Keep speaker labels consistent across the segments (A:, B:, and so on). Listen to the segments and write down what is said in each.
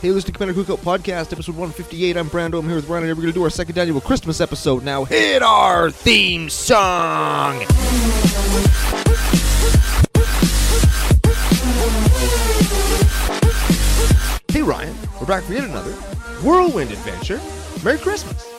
A: Hey, listen to Commander Cookout Podcast, episode 158. I'm Brando. I'm here with Ryan, and we're going to do our second annual Christmas episode now. Hit our theme song! Hey, Ryan, we're back for yet another whirlwind adventure. Merry Christmas!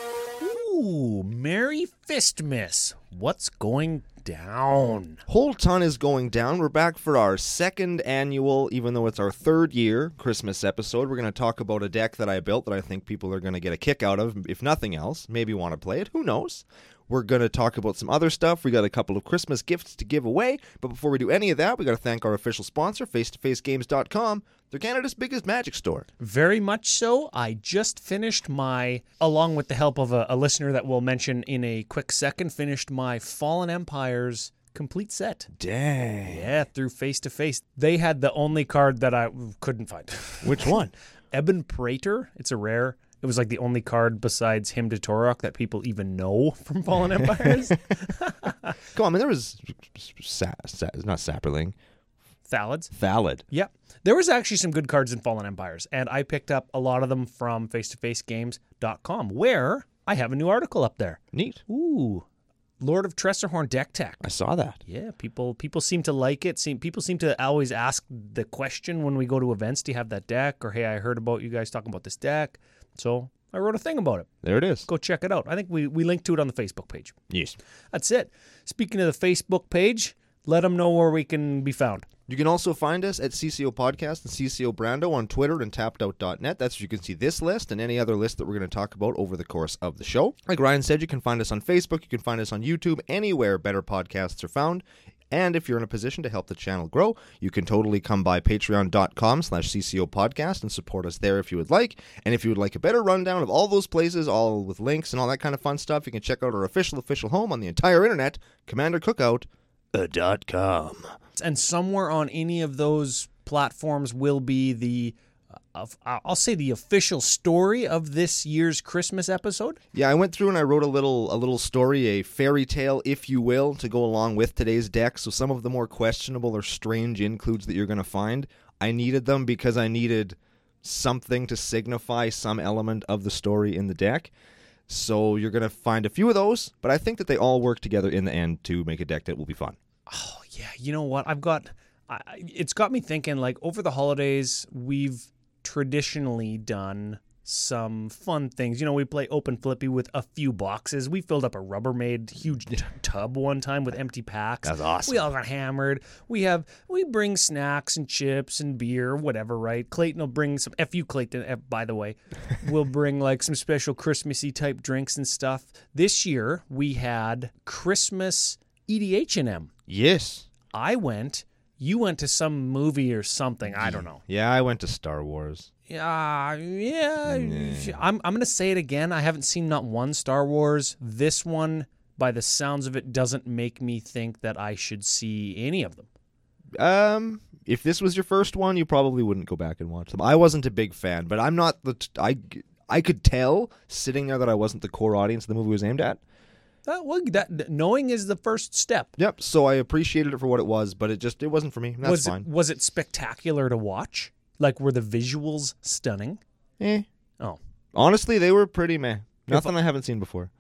B: Ooh, Merry Fistmas. What's going down?
A: Whole ton is going down. We're back for our second annual, even though it's our third year Christmas episode. We're going to talk about a deck that I built that I think people are going to get a kick out of, if nothing else. Maybe want to play it. Who knows? We're going to talk about some other stuff. We got a couple of Christmas gifts to give away. But before we do any of that, we got to thank our official sponsor, face2facegames.com. They're Canada's biggest magic store.
B: Very much so. I just finished my, along with the help of a, a listener that we'll mention in a quick second, finished my Fallen Empires complete set.
A: Dang.
B: Yeah, through face to face. They had the only card that I couldn't find.
A: Which one?
B: Eben Prater. It's a rare. It was like the only card besides him to Torok that people even know from Fallen Empires.
A: Come on, man. There was sa- sa- not Sapperling,
B: Thalids.
A: Thalid.
B: Yeah. There was actually some good cards in Fallen Empires, and I picked up a lot of them from face2facegames.com, where I have a new article up there.
A: Neat.
B: Ooh. Lord of Tressorhorn deck tech.
A: I saw that.
B: Yeah, people people seem to like it. Seem people seem to always ask the question when we go to events, do you have that deck? Or hey, I heard about you guys talking about this deck. So I wrote a thing about it.
A: There it is.
B: Go check it out. I think we, we linked to it on the Facebook page.
A: Yes.
B: That's it. Speaking of the Facebook page, let them know where we can be found.
A: You can also find us at CCO Podcast and CCO Brando on Twitter and tappedout.net. That's where you can see this list and any other list that we're going to talk about over the course of the show. Like Ryan said, you can find us on Facebook, you can find us on YouTube, anywhere better podcasts are found. And if you're in a position to help the channel grow, you can totally come by patreon.com slash CCO podcast and support us there if you would like. And if you would like a better rundown of all those places, all with links and all that kind of fun stuff, you can check out our official, official home on the entire internet, commandercookout.com.
B: and somewhere on any of those platforms will be the uh, of- I'll say the official story of this year's Christmas episode.
A: Yeah, I went through and I wrote a little a little story, a fairy tale, if you will, to go along with today's deck. So some of the more questionable or strange includes that you're going to find, I needed them because I needed something to signify some element of the story in the deck. So you're going to find a few of those, but I think that they all work together in the end to make a deck that will be fun.
B: Oh yeah, you know what? I've got I, I- it's got me thinking like over the holidays we've traditionally done some fun things. You know, we play open flippy with a few boxes. We filled up a Rubbermaid huge t- tub one time with empty packs.
A: That's awesome.
B: We all got hammered. We have we bring snacks and chips and beer, whatever, right? Clayton will bring some. F you, Clayton. F, by the way, we'll bring like some special Christmassy type drinks and stuff. This year we had Christmas EDH and M.
A: Yes.
B: I went. You went to some movie or something. I don't know.
A: Yeah, I went to Star Wars.
B: Yeah, yeah. I'm I'm gonna say it again. I haven't seen not one Star Wars. This one, by the sounds of it, doesn't make me think that I should see any of them.
A: Um, if this was your first one, you probably wouldn't go back and watch them. I wasn't a big fan, but I'm not the t- I I could tell sitting there that I wasn't the core audience the movie was aimed at.
B: That, Uh, well, that knowing is the first step.
A: Yep. So I appreciated it for what it was, but it just it wasn't for me. That's
B: was it
A: fine.
B: was it spectacular to watch? Like were the visuals stunning?
A: Eh.
B: Oh.
A: Honestly, they were pretty meh. Nothing I haven't seen before.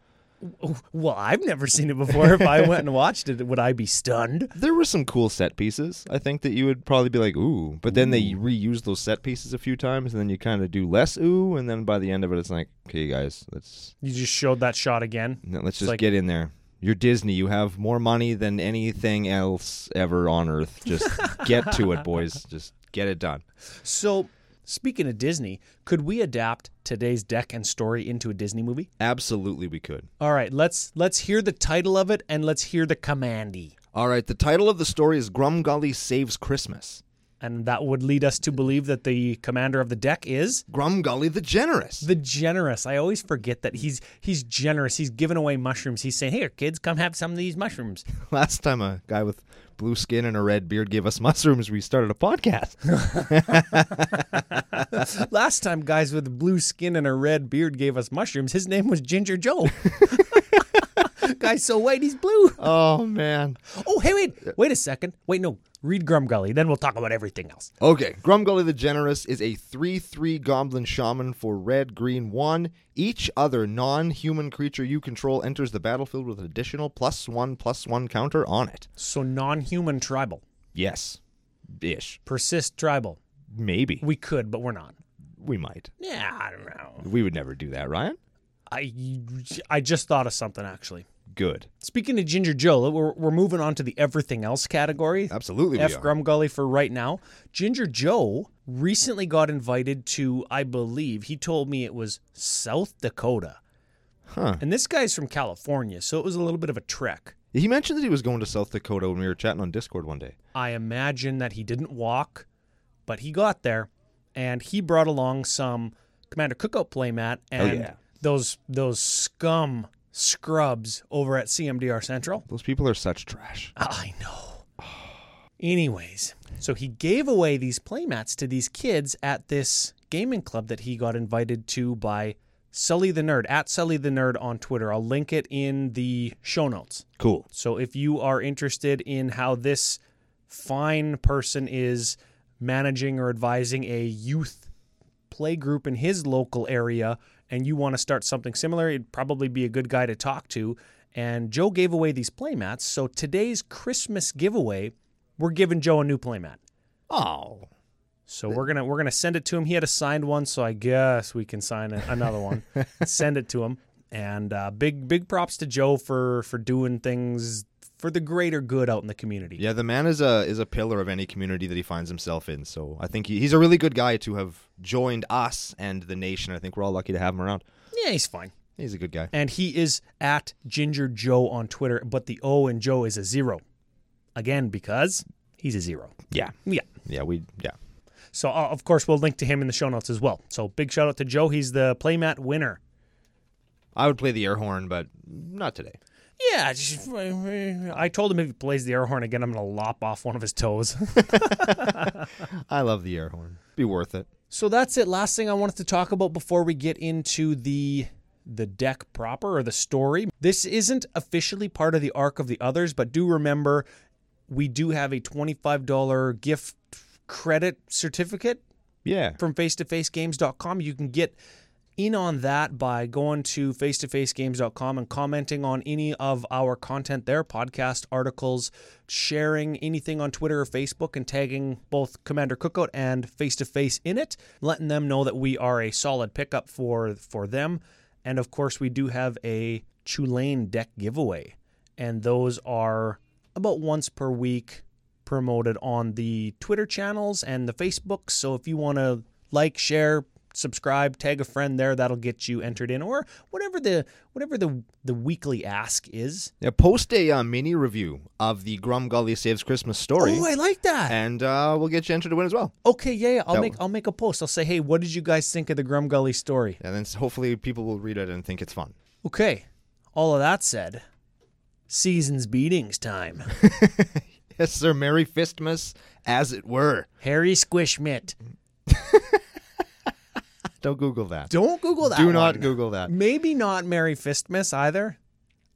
B: Well, I've never seen it before. If I went and watched it, would I be stunned?
A: There were some cool set pieces. I think that you would probably be like, ooh. But then they reuse those set pieces a few times, and then you kind of do less ooh, and then by the end of it, it's like, okay, guys, let's
B: You just showed that shot again.
A: No, let's just
B: like-
A: get in there. You're Disney. You have more money than anything else ever on Earth. Just get to it, boys. Just get it done.
B: So, speaking of Disney, could we adapt today's deck and story into a Disney movie?
A: Absolutely, we could.
B: All right, let's let's hear the title of it and let's hear the commandy.
A: All right. The title of the story is Grumgully Saves Christmas.
B: And that would lead us to believe that the commander of the deck is
A: Grumgully the Generous.
B: the generous. I always forget that he's he's generous. He's giving away mushrooms. He's saying, "Here, kids, come have some of these mushrooms."
A: Last time a guy with blue skin and a red beard gave us mushrooms, we started a podcast.
B: Last time guys with blue skin and a red beard gave us mushrooms, his name was Ginger Joe. Guy's so white, he's blue.
A: oh man.
B: Oh, hey, wait, wait a second. Wait, no, Read Grumgully, then we'll talk about everything else.
A: Okay, Grumgully the Generous is a 3 3 goblin shaman for red, green, 1. Each other non human creature you control enters the battlefield with an additional plus 1 plus 1 counter on it.
B: So non-human tribal,
A: Yes. Ish.
B: persist tribal.
A: Maybe.
B: We could, but we're not.
A: We might.
B: Yeah, I don't know.
A: We would never do that, Ryan.
B: I I just thought of something actually.
A: Good.
B: Speaking of Ginger Jill, we're we're moving on to the everything else category.
A: Absolutely.
B: F
A: we are.
B: Grumgully for right now. Ginger Joe recently got invited to, I believe, he told me it was South Dakota.
A: Huh.
B: And this guy's from California, so it was a little bit of a trek.
A: He mentioned that he was going to South Dakota when we were chatting on Discord one day.
B: I imagine that he didn't walk, but he got there and he brought along some Commander Cookout playmat and
A: Oh, yeah.
B: those those scum scrubs over at CMDR Central.
A: Those people are such trash.
B: I know. Anyways, so he gave away these playmats to these kids at this gaming club that he got invited to by Sully the Nerd at Sully the Nerd on Twitter. I'll link it in the show notes.
A: Cool.
B: So if you are interested in how this fine person is managing or advising a youth play group in his local area and you want to start something similar, he'd probably be a good guy to talk to. And Joe gave away these playmats. So today's Christmas giveaway, we're giving Joe a new playmat.
A: Oh.
B: So we're gonna we're gonna send it to him. He had a signed one, so I guess we can sign a, another one, send it to him. And uh, big big props to Joe for for doing things for the greater good out in the community.
A: Yeah, the man is a is a pillar of any community that he finds himself in. So I think he, he's a really good guy to have joined us and the nation. I think we're all lucky to have him around.
B: Yeah, he's fine.
A: He's a good guy.
B: And he is at Ginger Joe on Twitter, but the O in Joe is a zero, again because he's a zero.
A: Yeah.
B: Yeah.
A: Yeah, we yeah.
B: So uh, of course we'll link to him in the show notes as well. So big shout out to Joe. He's the playmat winner.
A: I would play the air horn, but not today.
B: Yeah, just- I told him if he plays the air horn again, I'm gonna lop off one of his toes.
A: I love the air horn. Be worth it.
B: So that's it. Last thing I wanted to talk about before we get into the the deck proper or the story. This isn't officially part of the arc of the others, but do remember we do have a $25 gift credit certificate
A: Yeah.
B: from face-to-facegames.com. You can get in on that by going to face-to-facegames.com and commenting on any of our content there, podcast articles, sharing anything on Twitter or Facebook and tagging both Commander Cookout and face-to-face in it, letting them know that we are a solid pickup for for them. And of course, we do have a Tulane deck giveaway, and those are about once per week promoted on the Twitter channels and the Facebook. So if you want to like, share, subscribe, tag a friend there, that'll get you entered in, or whatever the whatever the the weekly ask is.
A: Now post a uh, mini review of the Grum Gully Saves Christmas story,
B: Oh, I like that.
A: and uh, we'll get you entered to win as well.
B: Okay, yeah, yeah. I'll
A: That
B: make I'll make a post. I'll say, hey, what did you guys think of the Grum Gully story?
A: And then s- hopefully people will read it and think it's fun.
B: Okay. All of that said, season's beatings time.
A: Yes, sir. Merry Fistmas, as it were.
B: Harry Squishmit.
A: Don't Google that.
B: Don't Google that.
A: Do not
B: one.
A: Google that.
B: Maybe not Merry Fistmas either.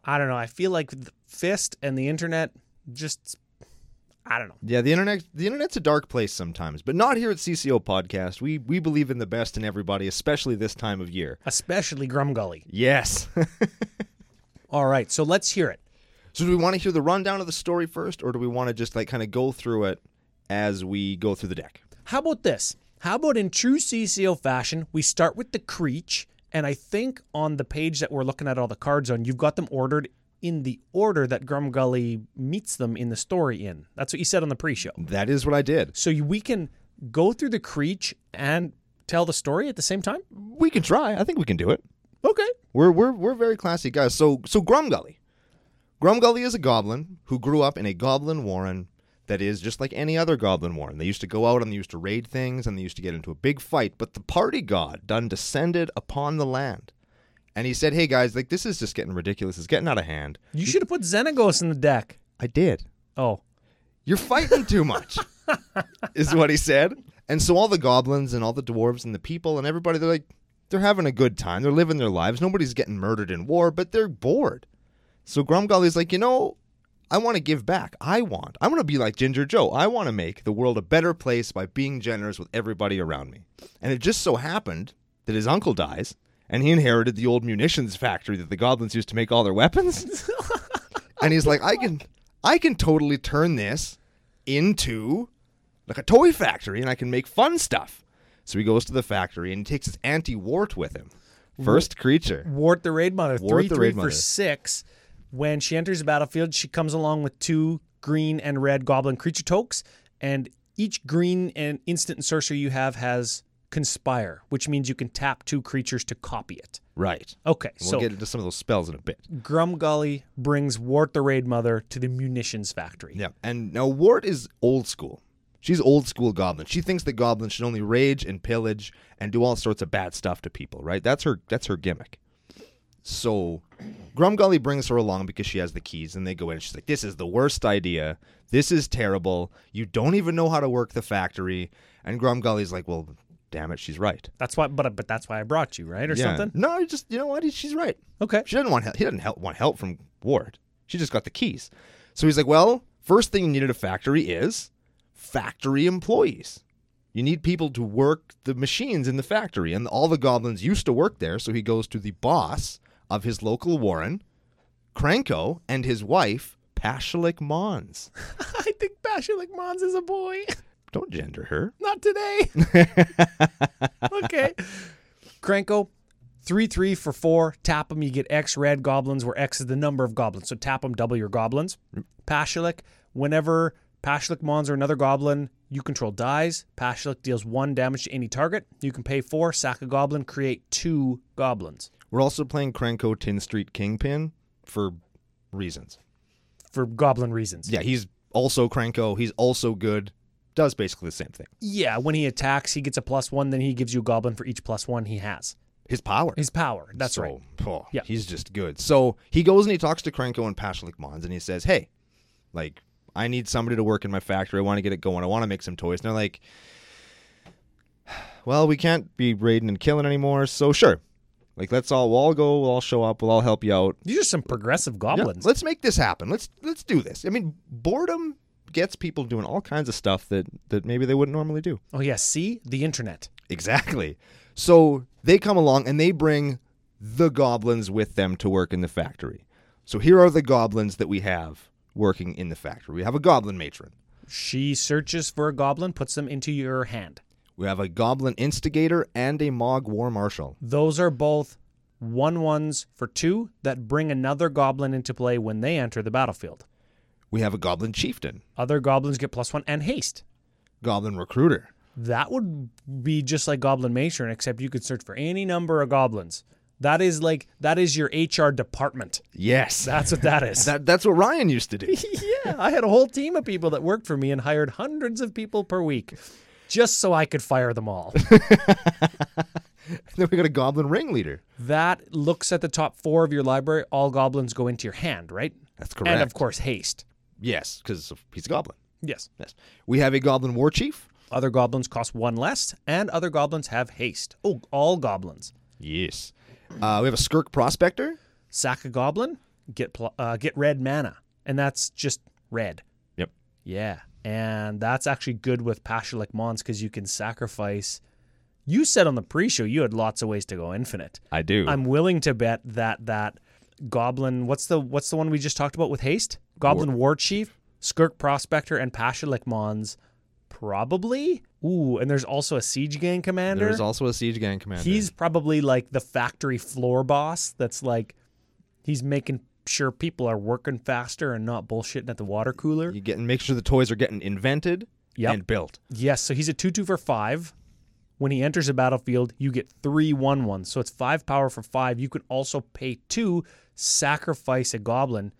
B: I don't know. I feel like the fist and the internet just I don't know.
A: Yeah, the internet the internet's a dark place sometimes, but not here at CCO Podcast. We we believe in the best in everybody, especially this time of year.
B: Especially Grumgully.
A: Yes.
B: All right, so let's hear it.
A: so do we want to hear the rundown of the story first or do we want to just like kind of go through it as we go through the deck?
B: How about this? How about in true CCO fashion, we start with the Creech, and I think on the page that we're looking at all the cards on, you've got them ordered in the order that Grumgully meets them in the story in. That's what you said on the pre-show.
A: That is what I did.
B: So you, we can go through the Creech and tell the story at the same time?
A: We can try. I think we can do it.
B: Okay.
A: We're we're we're very classy guys. So so Grumgully. Grumgully is a goblin who grew up in a goblin warren that is just like any other goblin warren. They used to go out and they used to raid things and they used to get into a big fight, but the party god done descended upon the land. And he said, "Hey guys, like this is just getting ridiculous. It's getting out of hand."
B: You should have put Xenagos in the deck.
A: I did.
B: Oh.
A: You're fighting too much, is what he said. And so all the goblins and all the dwarves and the people and everybody, they're like, they're having a good time. They're living their lives. Nobody's getting murdered in war, but they're bored. So Grumgully's like, you know, I want to give back. I want. I want to be like Ginger Joe. I want to make the world a better place by being generous with everybody around me. And it just so happened that his uncle dies and he inherited the old munitions factory that the goblins used to make all their weapons. and he's like, I can I can totally turn this into like a toy factory and I can make fun stuff. So he goes to the factory and he takes his anti wart with him. First creature.
B: Wart the Raid Mother,
A: Wart
B: three
A: the
B: three
A: Raid Mother.
B: for six. When she enters the battlefield, she comes along with two green and red goblin creature tokes, and each green and instant sorcery you have has conspire, which means you can tap two creatures to copy it.
A: Right.
B: Okay,
A: We'll
B: so
A: get into some of those spells in a bit.
B: Grumgully brings Wart the Raid Mother to the munitions factory.
A: Yeah. And now Wart is old school. She's old school goblin. She thinks that goblins should only rage and pillage and do all sorts of bad stuff to people, right? That's her that's her gimmick. So Grumgully brings her along because she has the keys and they go in. She's like, This is the worst idea. This is terrible. You don't even know how to work the factory. And Grumgully's like, Well, damn it, she's right.
B: That's why, but but that's why I brought you, right, or
A: Yeah.
B: something?
A: No, you just you know what? She's right.
B: Okay.
A: She doesn't want help. He doesn't help, want help from Ward. She just got the keys. So he's like, well, first thing you need at a factory is factory employees. You need people to work the machines in the factory, and all the goblins used to work there. So he goes to the boss of his local warren, Cranko, and his wife Pashalik Mons.
B: I think Basher like Mons is a boy.
A: Don't gender her.
B: Not today. okay. Cranko, 3 3 for 4. Tap them. You get X red goblins, where X is the number of goblins. So tap them, double your goblins. Pashalik, whenever Pashalik Mons or another goblin you control dies, Pashalik deals 1 damage to any target. You can pay 4, sack a goblin, create 2 goblins
A: We're also playing Cranko Tin Street Kingpin for reasons.
B: for goblin reasons.
A: Yeah, he's also Cranko. He's also good. Does basically the same thing.
B: Yeah, when he attacks, he gets a plus 1, then he gives you a goblin for each plus 1 he has.
A: His power.
B: His power. That's
A: So,
B: right.
A: oh,
B: Yeah.
A: He's just good. So he goes and he talks to Krenko and Pashalik Mons and he says, Hey, like, I need somebody to work in my factory. I want to get it going. I want to make some toys. And they're like, Well, we can't be raiding and killing anymore. So sure. Like, let's all, we'll all go. We'll all show up. We'll all help you out.
B: These are some progressive
A: Yeah,
B: goblins.
A: let's make this happen. Let's let's do this. I mean, boredom gets people doing all kinds of stuff that that maybe they wouldn't normally do.
B: Oh yeah, see the internet.
A: Exactly. So they come along and they bring the goblins with them to work in the factory. So here are the goblins that we have working in the factory. We have a goblin matron.
B: She searches for a goblin, puts them into your hand.
A: We have a goblin instigator and a Mog war marshal.
B: Those are both one ones for two that bring another goblin into play when they enter the battlefield.
A: We have a goblin chieftain,
B: Other goblins get plus one and haste.
A: goblin recruiter.
B: That would be just like Goblin Matron, except you could search for any number of goblins. That is like that is your HR department.
A: Yes.
B: That's what that is.
A: That, that's what Ryan used to do.
B: yeah, I had a whole team of people that worked for me and hired hundreds of people per week just so I could fire them all.
A: then we got a goblin ringleader.
B: That looks at the top four of your library. All goblins go into your hand, right?
A: That's
B: And
A: correct.
B: of course, haste.
A: yes, because he's a goblin.
B: Yes.
A: Yes. We have a goblin war chief.
B: Other goblins cost one less, and other goblins have haste. Oh, all goblins.
A: Yes. Uh, we have a skirk prospector.
B: Sack a goblin, get pl- uh, get red mana, and that's just red.
A: Yep.
B: Yeah, and that's actually good with Pashalik Mons because you can sacrifice. You said on the pre-show you had lots of ways to go infinite.
A: I do.
B: I'm willing to bet that that goblin. What's the what's the one we just talked about with haste? Goblin war, chief, Skirk prospector, and Pashalik Mons. Probably. Ooh, and there's also a siege gang commander.
A: There's also a siege gang commander.
B: he's probably like the factory floor boss. That's like he's making sure people are working faster and not bullshitting at the water cooler.
A: you get and make sure the toys are getting invented
B: Yep.
A: and built.
B: Yes, so he's a 2 2 for 5. When he enters a battlefield, you get three one ones. So it's 5 power for 5. You can also pay 2, sacrifice a goblin.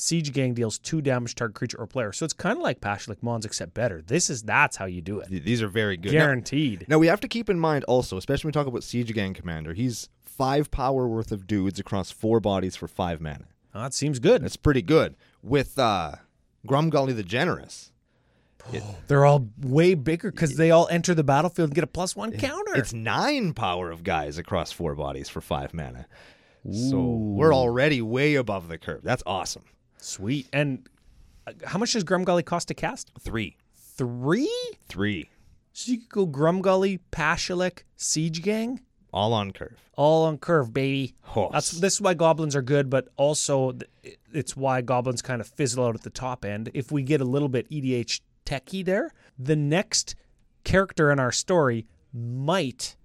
B: Siege Gang deals 2 damage to target creature or player. So it's kind of like Pashalik Mons, except better. This is That's how you do it.
A: Th- These are very good. Now,
B: Guaranteed.
A: now we have to keep in mind also, especially when we talk about siege gang commander. He's five power worth of dudes across four bodies for five mana.
B: Oh, that seems good.
A: That's pretty good. With uh, Grumgully the Generous,
B: They're all way bigger because they all enter the battlefield and get a plus 1 counter.
A: it's nine power of guys across four bodies for five mana. So we're already way above the curve. That's awesome.
B: Sweet. And uh, How much does Grumgully cost to cast?
A: Three.
B: Three?
A: Three.
B: So you could go Grumgully, Pashalik, Siege Gang,
A: All on curve.
B: all on curve, baby.
A: Horse.
B: That's this is why goblins are good, but also th- it's why goblins kind of fizzle out at the top end. If we get a little bit E EDH techie there, the next character in our story might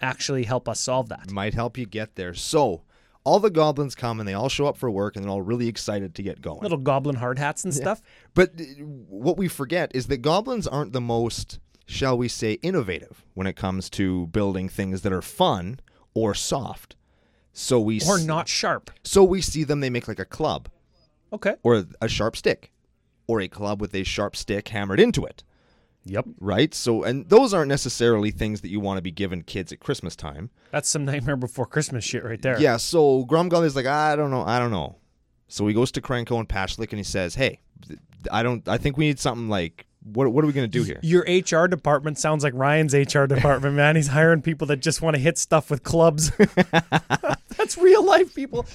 B: actually help us solve that.
A: might help you get there. So, all the goblins come and they all show up for work and they're all really excited to get going.
B: Little goblin hard hats and stuff.
A: But uh, what we forget is that goblins aren't the most, shall we say, innovative when it comes to building things that are fun or soft. So we
B: Or
A: s-
B: not sharp.
A: so we see them they make like a club
B: Okay.
A: or a sharp stick or a club with a sharp stick hammered into it,
B: Yep.
A: right? So and those aren't necessarily things that you want to be given kids at Christmas time.
B: That's some nightmare before Christmas shit right there.
A: Yeah, so Grumgully's is like, I don't know, I don't know. So he goes to Krenko and Pashlik and he says, Hey, th- I don't I think we need something like what what are we gonna do here?
B: Your HR department sounds like Ryan's HR department, man. He's hiring people that just want to hit stuff with clubs. That's real life, people.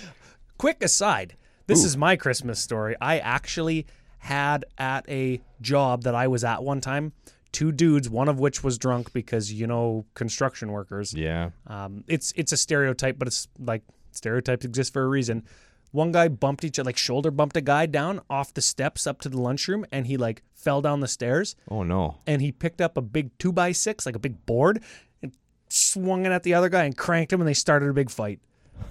B: Quick aside this is my Christmas story. I actually had at a job that I was at one time two dudes, one of which was drunk because, you know, construction workers.
A: Yeah.
B: Um, it's it's a stereotype, but it's like stereotypes exist for a reason. One guy bumped each like shoulder bumped a guy down off the steps up to the lunchroom, and he like fell down the stairs,
A: Oh no.
B: and he picked up a big two by six, like a big board, and swung it at the other guy and cranked him, and they started a big fight.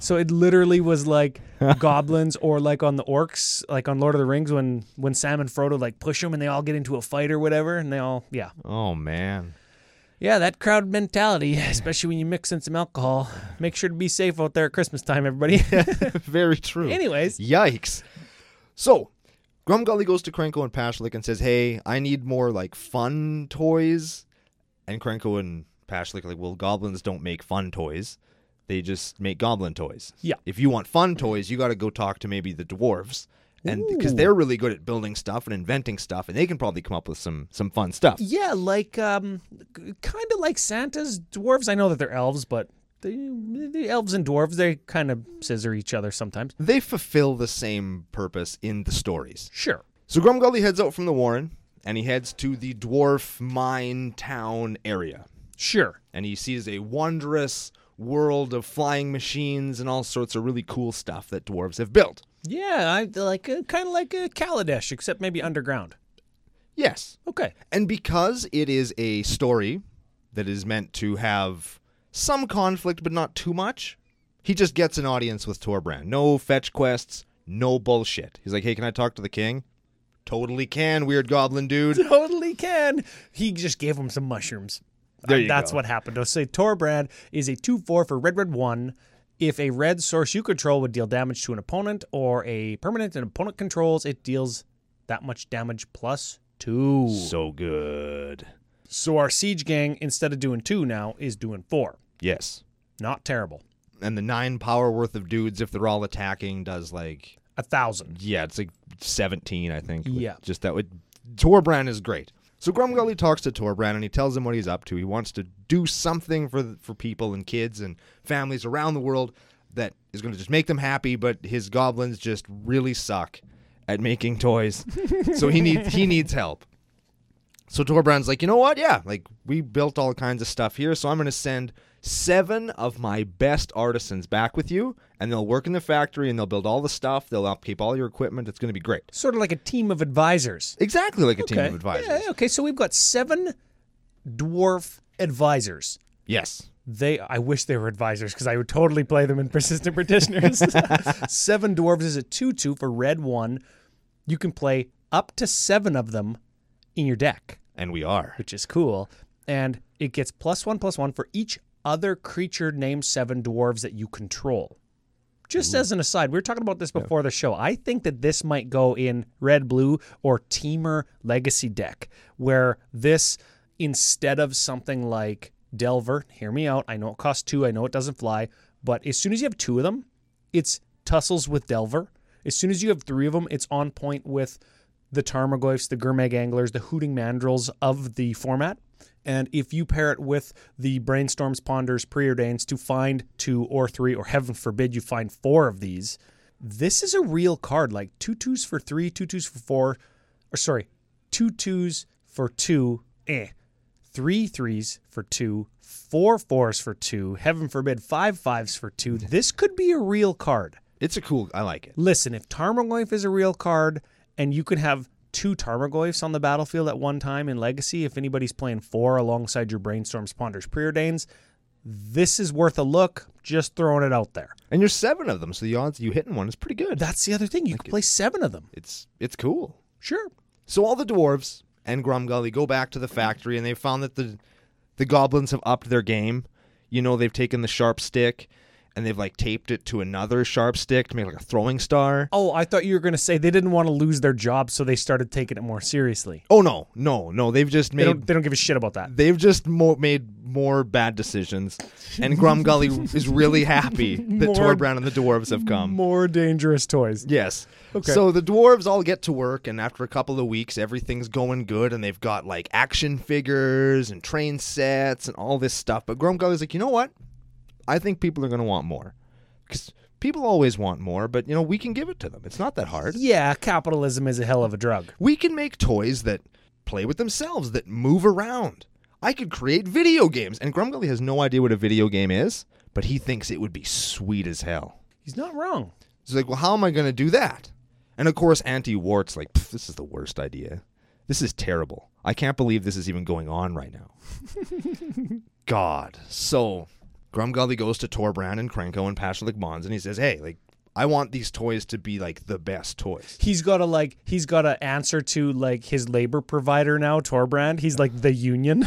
B: So it literally was like goblins or like on the orcs, like on Lord of the Rings when when Sam and Frodo like push them and they all get into a fight or whatever, and they all yeah
A: Oh man.
B: yeah, that crowd mentality, especially when you mix in some alcohol. Make sure to be safe out there at Christmas time, everybody.
A: Very true.
B: Anyways,
A: Yikes. So Grumgully goes to Krenko and Pashlik and says, Hey, I need more like fun toys. And Krenko and Pashlik are like, Well, goblins don't make fun toys. They just make goblin toys.
B: Yeah.
A: If you want fun toys, you gotta go talk to maybe the dwarves. And because
B: Ooh.
A: they're really good at building stuff and inventing stuff, and they can probably come up with some some fun stuff.
B: yeah, like um, kind of like Santa's dwarves. I know that they're elves, but the, the elves and dwarves they kind of scissor each other sometimes.
A: They fulfill the same purpose in the stories.
B: Sure.
A: So Grumgully heads out from the Warren and he heads to the dwarf mine town area.
B: Sure.
A: and he sees a wondrous world of flying machines and all sorts of really cool stuff that dwarves have built.
B: Yeah, I like uh, kind of like a Kaladesh, except maybe underground.
A: Yes.
B: Okay.
A: And because it is a story that is meant to have some conflict but not too much, he just gets an audience with Torbrand. No fetch quests, no bullshit. He's like, "Hey, can I talk to the king?" Totally can, weird goblin dude.
B: Totally can. He just gave him some mushrooms.
A: There you
B: That's
A: go.
B: what happened. So say Torbrand is a 2 4 for red, red 1. If a red source you control would deal damage to an opponent or a permanent an opponent controls, it deals that much damage plus 2.
A: So good.
B: So our siege gang, instead of doing 2 now, is doing 4.
A: Yes.
B: Not terrible.
A: And the 9 power worth of dudes if they're all attacking does like
B: A thousand.
A: Yeah, it's like 17, I think. with
B: Yeah.
A: Just that would. Torbrand is great. So Grumgully talks to Torbrand and he tells him what he's up to. He wants to do something for for people and kids and families around the world that is going to just make them happy, but his goblins just really suck at making toys. so he needs he needs help. So Torbrand's like, "You know what? Yeah, like we built all kinds of stuff here, so I'm going to send 7 of my best artisans back with you and they'll work in the factory and they'll build all the stuff, they'll upkeep all your equipment. It's going to be great."
B: Sort of like a team of advisors.
A: Exactly like a team
B: Okay.
A: of advisors.
B: Yeah, okay, so we've got seven dwarf advisors.
A: Yes.
B: They, I wish they were advisors because I would totally play them in Persistent Petitioners. seven dwarves is a two-two for red one. You can play up to seven of them in your deck,
A: And we are.
B: which is cool, and it gets plus one plus one for each other creature named seven dwarves that you control. Just as an aside, we were talking about this before the show. I think that this might go in red blue or teamer legacy deck, where this instead of something like Delver, hear me out. I know it costs two, I know it doesn't fly, but as soon as you have two of them, it's tussles with Delver. As soon as you have three of them, it's on point with the Tarmogoyfs, the Gurmag Anglers, the Hooting Mandrels of the format. And if you pair it with the brainstorms, ponders, preordains to find two or three, or heaven forbid you find four of these, This is a real card. Like two twos for three, two twos for four, or sorry, two twos for two, eh. Three threes for two, four fours for two, heaven forbid, five fives for two. This could be a real card.
A: It's a cool. I like it.
B: Listen, if Tarmogoyf is a real card and you can have two Tarmogoyfs on the battlefield at one time in Legacy, if anybody's playing four alongside your Brainstorms, Ponders, Preordains, this is worth a look. Just throwing it out there.
A: And there's seven of them, so the odds of you hitting one is pretty good.
B: That's the other thing. You could play seven of them.
A: It's it's cool.
B: Sure.
A: So all the dwarves and Gromgully go back to the factory, and they found that the the goblins have upped their game. You know, they've taken the sharp stick, and they've like taped it to another sharp stick to make like a throwing star.
B: Oh, I thought you were going to say they didn't want to lose their job, so they started taking it more seriously.
A: Oh no, no, no! They've just
B: They
A: made
B: don't, they don't give a shit about that.
A: they've just mo- made more bad decisions, and Gromgully is really happy that
B: More-
A: Torbran and the dwarves have come.
B: More dangerous toys.
A: Yes.
B: Okay.
A: So the dwarves all get to work, and after a couple of weeks, everything's going good, and they've got like action figures and train sets and all this stuff. But Grumgully's like, you know what? I think people are going to want more. Because people always want more, but you know, we can give it to them. It's not that hard.
B: Yeah, capitalism is a hell of a drug.
A: We can make toys that play with themselves, that move around. I could create video games. And Grumgully has no idea what a video game is, but he thinks it would be sweet as hell.
B: He's not wrong.
A: He's like, well, how am I going to do that? And of course, Auntie Wart's like, "Pff, this is the worst idea. This is terrible. I can't believe this is even going on right now. God. So Grumgully goes to Torbran and Krenko and Pashalik Mons and he says, hey, like, I want these toys to be like the best toys.
B: He's got to like he's got to answer to like his labor provider now, Torbrand. He's like the union.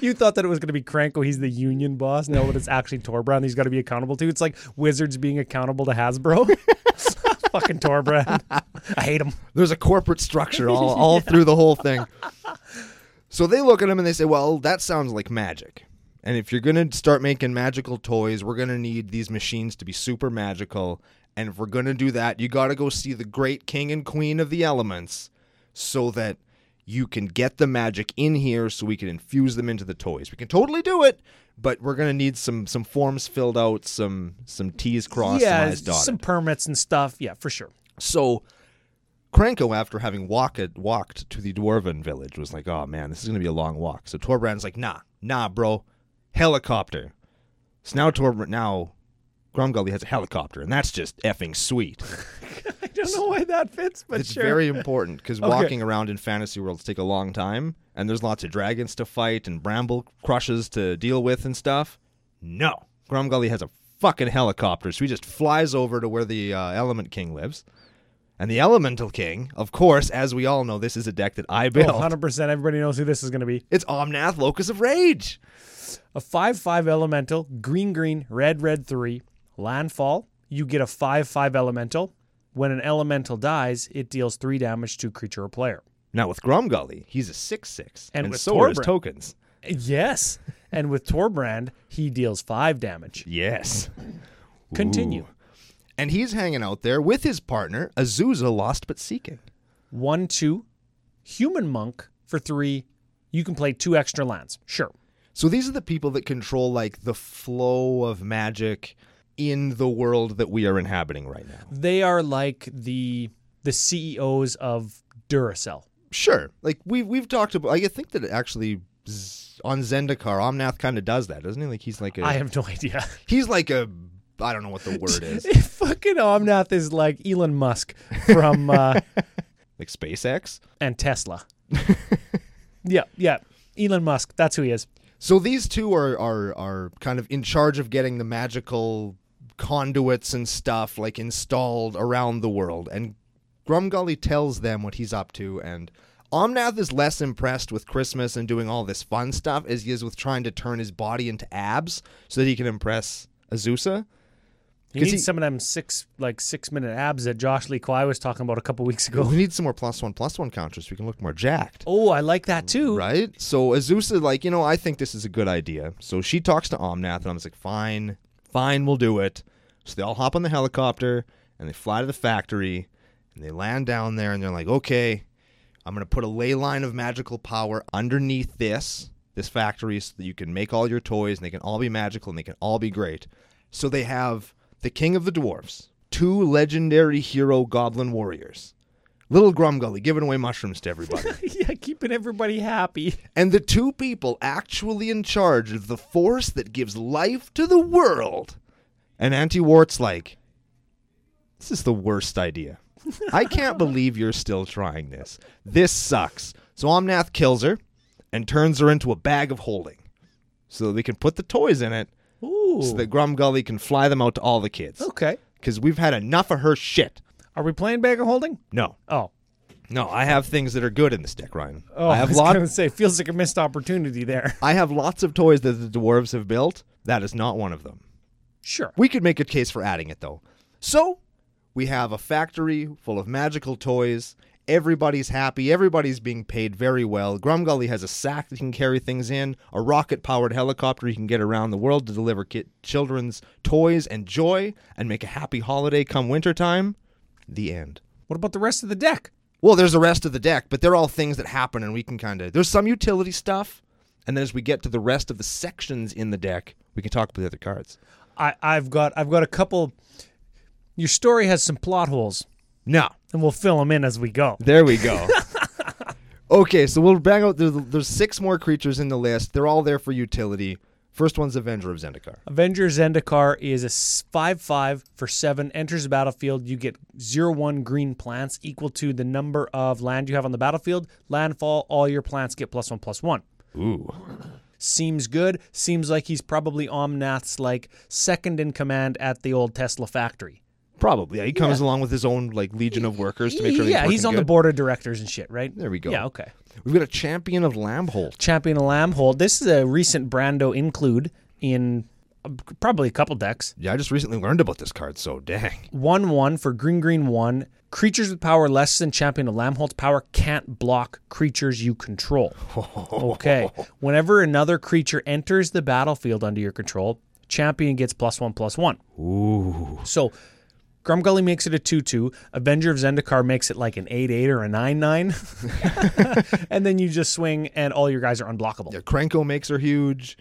B: you thought that it was going to be Cranko. He's the union boss. Now that it's actually Torbrand, he's got to be accountable to. It's like wizards being accountable to Hasbro. Fucking Torbrand. I hate him.
A: There's a corporate structure all, all through the whole thing. So they look at him and they say, well, that sounds like magic. And if you're going to start making magical toys, we're going to need these machines to be super magical. And if we're going to do that, you got to go see the great king and queen of the elements so that you can get the magic in here so we can infuse them into the toys. We can totally do it, but we're going to need some some forms filled out, some some T's crossed, some
B: yeah,
A: I's dotted.
B: some permits and stuff. Yeah, for sure.
A: So Krenko, after having walked walked to the dwarven village, was like, "Oh man, this is gonna be a long walk." So Torbrand's like, "Nah, nah, bro, helicopter." So now Torbrand now. Grumgully has a helicopter, and that's just effing sweet.
B: I don't know why that fits, but
A: It's very important because walking around in fantasy worlds take a long time, and there's lots of dragons to fight and bramble crushes to deal with and stuff. No, Grumgully has a fucking helicopter, so he just flies over to where the uh, Element King lives. And the Elemental King, of course, as we all know, this is a deck that
B: Oh,
A: I built.
B: 100%. Everybody knows who this is going to be.
A: it's Omnath, Locus of Rage.
B: a 5 5 elemental, green, green, red, red 3, landfall. You get a 5 5 elemental. When an elemental dies, it deals 3 damage to creature or player.
A: Now with Grumgully, he's a six six,
B: And with
A: so are his
B: Torbran.
A: tokens.
B: Yes. and with Torbrand, he deals 5 damage.
A: Yes.
B: Continue.
A: Ooh. And he's hanging out there with his partner, Azusa, lost but seeking.
B: 1 2, human monk for 3. You can play 2 extra lands. Sure.
A: So these are the people that control like the flow of magic in the world that we are inhabiting right now.
B: They are like the the CEOs of Duracell.
A: Sure, like we've we've talked about. I think that it actually z- on Zendikar, Omnath kind of does that, doesn't he? Like he's like a
B: I have no idea.
A: he's like a I don't know what the word is,
B: Fucking Omnath is like Elon Musk from uh,
A: like SpaceX.
B: and Tesla. yeah, yeah. Elon Musk, that's who he is.
A: So these two are are are kind of in charge of getting the magical conduits and stuff like installed around the world and Grumgully tells them what he's up to and Omnath is less impressed with Christmas and doing all this fun stuff as he is with trying to turn his body into abs so that he can impress Azusa.
B: He
A: 'Cause
B: needs
A: he-
B: some of them six like six minute abs that Josh Lee Kwai was talking about a couple weeks ago.
A: We need some more plus one plus one counters so we can look more jacked.
B: Oh, I like that too.
A: Right? So Azusa, like, you know, I think this is a good idea. So she talks to Omnath, and I'm just like, fine, fine, we'll do it. So they all hop on the helicopter and they fly to the factory and they land down there and they're like, okay, I'm going to put a ley line of magical power underneath this, this factory, so that you can make all your toys and they can all be magical and they can all be great. So they have the king of the dwarves, two legendary hero goblin warriors. Little Grumgully giving away mushrooms to everybody.
B: yeah, keeping everybody happy.
A: and the two people actually in charge of the force that gives life to the world. And Auntie Wart's like, this is the worst idea. I can't believe you're still trying this. This sucks. So Omnath kills her and turns her into a bag of holding so they can put the toys in it
B: Ooh.
A: so that Grumgully can fly them out to all the kids.
B: okay.
A: Because we've had enough of her shit.
B: Are we playing bag of holding?
A: No,
B: Oh.
A: no, I have things that are good in this deck, Ryan.
B: Oh,
A: I
B: I,
A: have
B: was
A: lot.
B: gonna say, feels like a missed opportunity there.
A: I have lots of toys that the dwarves have built. That is not one of them.
B: Sure.
A: We could make a case for adding it though. So, we have a factory full of magical toys. Everybody's happy. Everybody's being paid very well. Grumgully has a sack that can carry things in, a rocket powered helicopter he can get around the world to deliver ki- children's toys and joy and make a happy holiday come wintertime. The end.
B: What about the rest of the deck?
A: Well, there's the rest of the deck, but they're all things that happen, and we can kind of. There's some utility stuff, and then as we get to the rest of the sections in the deck, we can talk about the other cards.
B: I, I've got I've got a couple. Your story has some plot holes,
A: No,
B: and we'll fill them in as we go.
A: there we go. okay, so we'll bang out. There's, there's six more creatures in the list. They're all there for utility. First one's Avenger of Zendikar.
B: Avenger Zendikar is a 5 5 for 7, enters the battlefield. You get 0 1 green plants equal to the number of land you have on the battlefield. Landfall, all your plants get plus 1 plus 1.
A: Ooh,
B: Seems good. Seems like he's probably Omnath's like second in command at the old Tesla factory.
A: probably. Yeah, he comes along with his own like legion of workers to make sure.
B: yeah, he's on the
A: board.
B: board of directors and shit, right?
A: There we go.
B: Yeah, okay.
A: We've got a champion of Lambhold.
B: Champion of Lambhold. This is a recent Brando include in uh, probably a couple decks.
A: Yeah, I just recently learned about this card, so dang.
B: one one for green green one. Creatures with power less than Champion of Lamholt's power can't block creatures you control. Okay. Whenever another creature enters the battlefield under your control, Champion gets plus one plus one.
A: Ooh,
B: So Grumgully makes it a 2 2. Avenger of Zendikar makes it like an 8 8 or a 9 9. and then you just swing, and all your guys are unblockable.
A: yeah, Krenko makes her huge.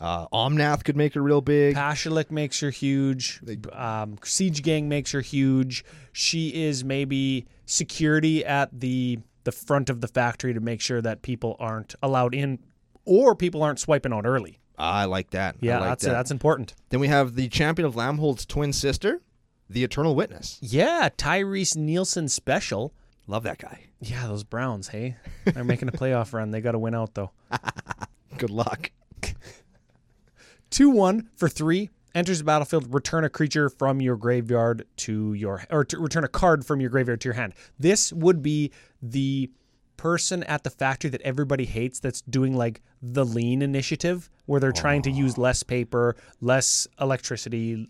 A: Uh, Omnath could make her real big.
B: Pashalik makes her huge. Um, Siege Gang makes her huge. She is maybe security at the the front of the factory to make sure that people aren't allowed in or people aren't swiping out early.
A: I like that.
B: Yeah,
A: I like
B: that's
A: that.
B: that's important.
A: Then we have the champion of Lamhold's twin sister, the Eternal Witness.
B: Yeah, Tyrese Nielsen special.
A: Love that guy.
B: Yeah, those Browns, hey. They're making a playoff run. They got to win out though.
A: Good luck.
B: 2 1 for 3. Enters the battlefield, return a creature from your graveyard to your, or to return a card from your graveyard to your hand. This would be the person at the factory that everybody hates that's doing like the lean initiative, where they're trying to use less paper, less electricity,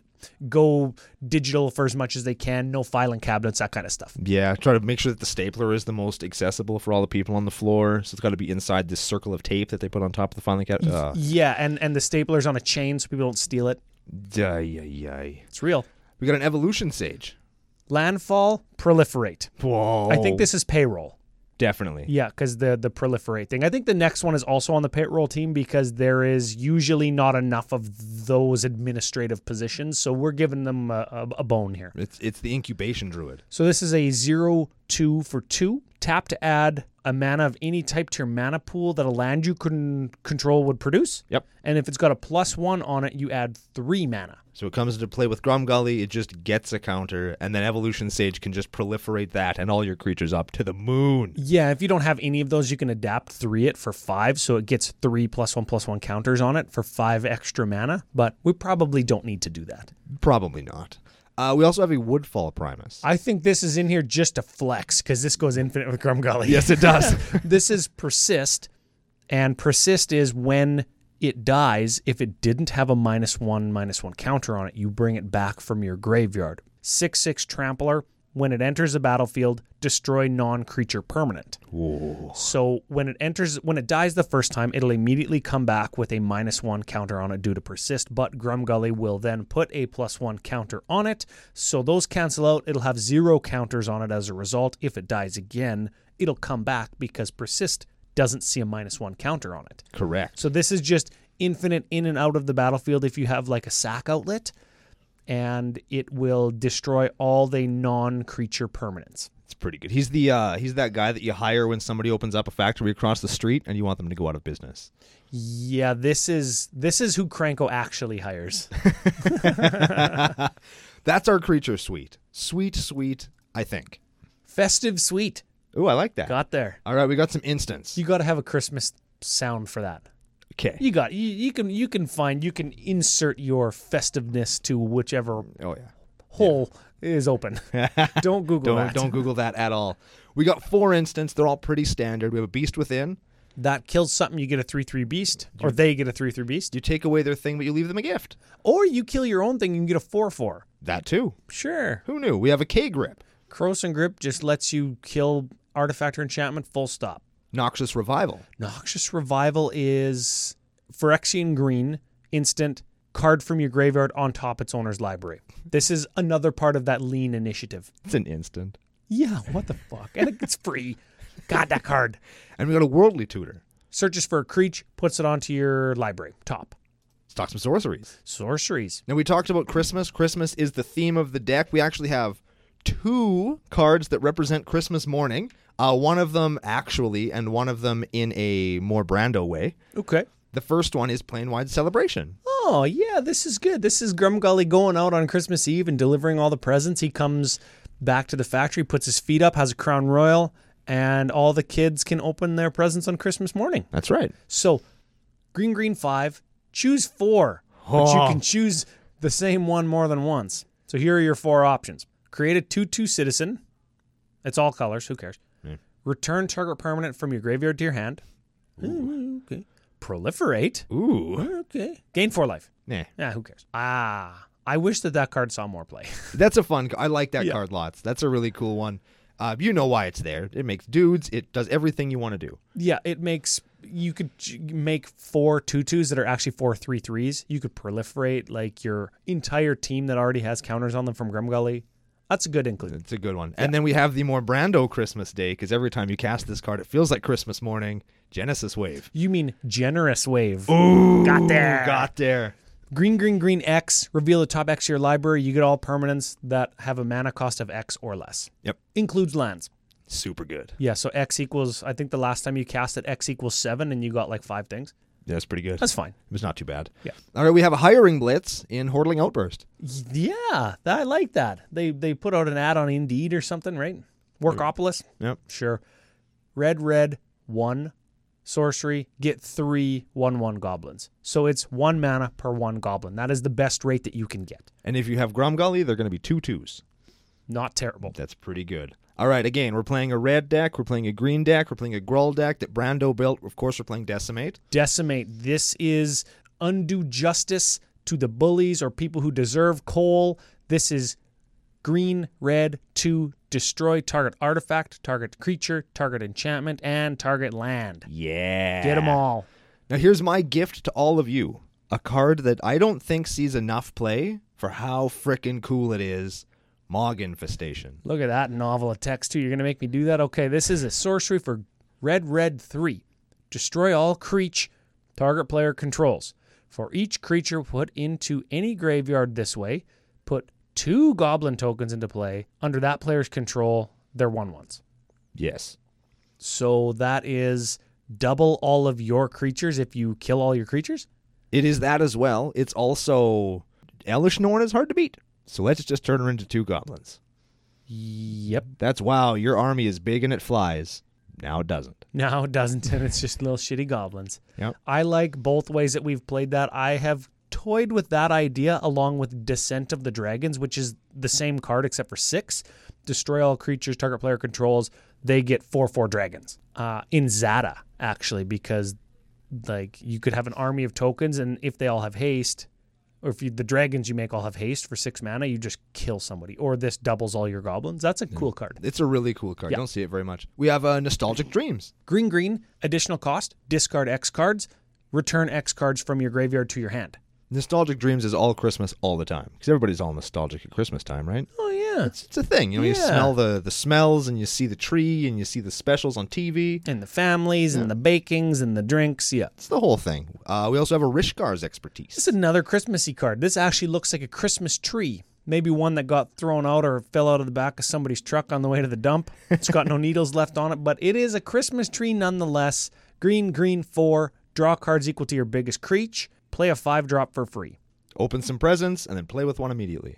B: go digital for as much as they can, no filing cabinets, that kind of stuff.
A: Yeah, try to make sure that the stapler is the most accessible for all the people on the floor. So it's got to be inside this circle of tape that they put on top of the filing cabinet. Uh,
B: Yeah, and, and the stapler's on a chain so people don't steal it.
A: ay, ay, ay.
B: It's real.
A: We got an evolution sage.
B: Landfall, proliferate.
A: Whoa.
B: I think this is payroll.
A: definitely.
B: Yeah, because the the proliferate thing. I think the next one is also on the payroll team because there is usually not enough of those administrative positions. So we're giving them a, a, a bone here.
A: It's it's the incubation druid.
B: So this is a zero two for two. Tap to add a mana of any type to your mana pool that a land you can control would produce.
A: Yep.
B: And if it's got a plus one on it, you add three mana.
A: So it comes into play with Gromgully, it just gets a counter, and then Evolution Sage can just proliferate that and all your creatures up to the moon.
B: Yeah, if you don't have any of those, you can adapt three it for five, so it gets three plus one plus one counters on it for five extra mana. But we probably don't need to do that.
A: Probably not. Uh, we also have a Woodfall Primus.
B: I think this is in here just to flex because this goes infinite with Grumgully.
A: yes, it does.
B: this is persist, and persist is when it dies. If it didn't have a minus one minus one counter on it, you bring it back from your graveyard. Six six trampler. When it enters the battlefield, destroy non creature permanent. So when it enters, when it dies the first time, it'll immediately come back with a minus one counter on it due to persist. But Grumgully will then put a plus one counter on it, so those cancel out. It'll have zero counters on it as a result. If it dies again, it'll come back because persist doesn't see a minus one counter on it.
A: Correct.
B: So this is just infinite in and out of the battlefield if you have like a sack outlet. and it will destroy all the non-creature permanents.
A: It's pretty good. He's the uh, he's that guy that you hire when somebody opens up a factory across the street and you want them to go out of business.
B: Yeah, this is this is who Cranko actually hires.
A: That's our creature suite. Sweet, sweet, I think.
B: Festive sweet.
A: Ooh, I like that.
B: Got there.
A: All right, we got some instants.
B: You got to have a Christmas sound for that.
A: Okay.
B: You got you, you can you can find you can insert your festiveness to whichever
A: Oh yeah.
B: hole is open. don't Google
A: Don't
B: that.
A: don't Google that at all. We got four instants. They're all pretty standard. We have a beast within.
B: That kills something, you get a three three beast, or they get a three three beast,
A: You take away their thing, but you leave them a gift.
B: or you kill your own thing, you can get a four four.
A: That too.
B: Sure.
A: Who knew? We have a K grip.
B: Cross and Grip just lets you kill artifact or enchantment full stop.
A: Noxious revival.
B: Noxious Revival is Phyrexian Green, instant, card from your graveyard on top its owner's library. This is another part of that lean initiative.
A: It's an instant.
B: Yeah, what the fuck? And it's free. God, that card.
A: And we got a worldly tutor.
B: Searches for a creature, puts it onto your library. Top.
A: Stock some sorceries.
B: Sorceries.
A: Now we talked about Christmas. Christmas is the theme of the deck. We actually have two cards that represent Christmas morning. Uh, one of them actually, and one of them in a more Brando way.
B: Okay.
A: The first one is Plain Wide Celebration.
B: Oh, yeah, this is good. This is Grumgully going out on Christmas Eve and delivering all the presents. He comes back to the factory, puts his feet up, has a crown royal, and all the kids can open their presents on Christmas morning.
A: That's right.
B: So, green, green five, choose four, but
A: Oh.
B: you can choose the same one more than once. So, here are your four options create a 2 2 citizen. It's all colors. Who cares? Return target permanent from your graveyard to your hand. Ooh, okay. Proliferate.
A: Ooh.
B: Okay. Gain four life.
A: Nah.
B: Yeah, who cares? Ah, I wish that that card saw more play.
A: That's a fun. I like that
B: Yeah.
A: card lots. That's a really cool one. Uh, you know why it's there. It makes dudes. It does everything you want to do.
B: yeah, it makes you could j- make four two twos that are actually four three threes. You could proliferate like your entire team that already has counters on them from Grimgully. That's a good include.
A: It's a good one. And then we have the more Brando Christmas Day because every time you cast this card, it feels like Christmas morning. Genesis Wave.
B: You mean generous wave?
A: Ooh,
B: Got there.
A: Got there.
B: Green green green X. Reveal the top X of your library. You get all permanents that have a mana cost of X or less.
A: Yep.
B: Includes lands.
A: Super good.
B: Yeah, so X equals. I think the last time you cast it, X equals seven, and you got like five things.
A: Yeah, it's pretty good.
B: That's fine.
A: it was not too bad.
B: Yeah.
A: All right, we have a hiring blitz in Hordling Outburst.
B: Yeah, that- I like that. They they put out an ad on Indeed or something, right? Workopolis.
A: Yep.
B: Sure. Red red one sorcery get three one one goblins. So it's one mana per one goblin. That is the best rate that you can get.
A: And if you have Gromgully, they're going to be two twos.
B: Not terrible.
A: That's pretty good. All right, again, we're playing a red deck, we're playing a green deck, we're playing a Grull deck that Brando built. Of course, we're playing Decimate.
B: Decimate. This is undue justice to the bullies or people who deserve coal. This is green red two destroy target artifact, target creature, target enchantment, and target land.
A: Yeah.
B: Get them all.
A: Now, here's my gift to all of you a card that I don't think sees enough play for how frickin' cool it is Mog Infestation.
B: Look at that novel of text, too. You're going to make me do that? Okay, this is a sorcery for Red Red 3. Destroy all creature target player controls. For each creature put into any graveyard this way, put two goblin tokens into play. Under that player's control, they're 1 ones.
A: Yes.
B: So that is double all of your creatures if you kill all your creatures.
A: It is that as well. It's also Elish Norn is hard to beat. So let's just turn her into two goblins.
B: Yep.
A: That's wow, your army is big and it flies. Now it doesn't.
B: No, it doesn't. And it's just little shitty goblins.
A: Yep.
B: I like both ways that we've played that. I have toyed with that idea along with Descent of the Dragons, which is the same card except for six. Destroy all creatures target player controls. They get four four dragons. Uh, in Zada, actually, because like you could have an army of tokens, and if they all have haste, or if you, the dragons you make all have haste for six mana, you just kill somebody. Or this doubles all your goblins. That's a cool card.
A: It's a really cool card. You Don't see it very much. We have uh, Nostalgic Dreams.
B: Green, green, additional cost, discard X cards, return X cards from your graveyard to your hand.
A: nostalgic dreams is all Christmas all the time because everybody's all nostalgic at Christmas time, right?
B: Oh yeah.
A: It's, it's a thing. You know, you
B: Yeah.
A: smell the the smells and you see the tree and you see the specials on TV.
B: and the families and the bakings and the drinks. Yeah.
A: It's the whole thing. Uh, we also have a Rishkar's expertise.
B: This is another Christmassy card. This actually looks like a Christmas tree. Maybe one that got thrown out or fell out of the back of somebody's truck on the way to the dump. It's got no needles left on it, but it is a Christmas tree nonetheless. Green, green, four. Draw cards equal to your biggest creature. Play a five drop for free.
A: Open some presents and then play with one immediately.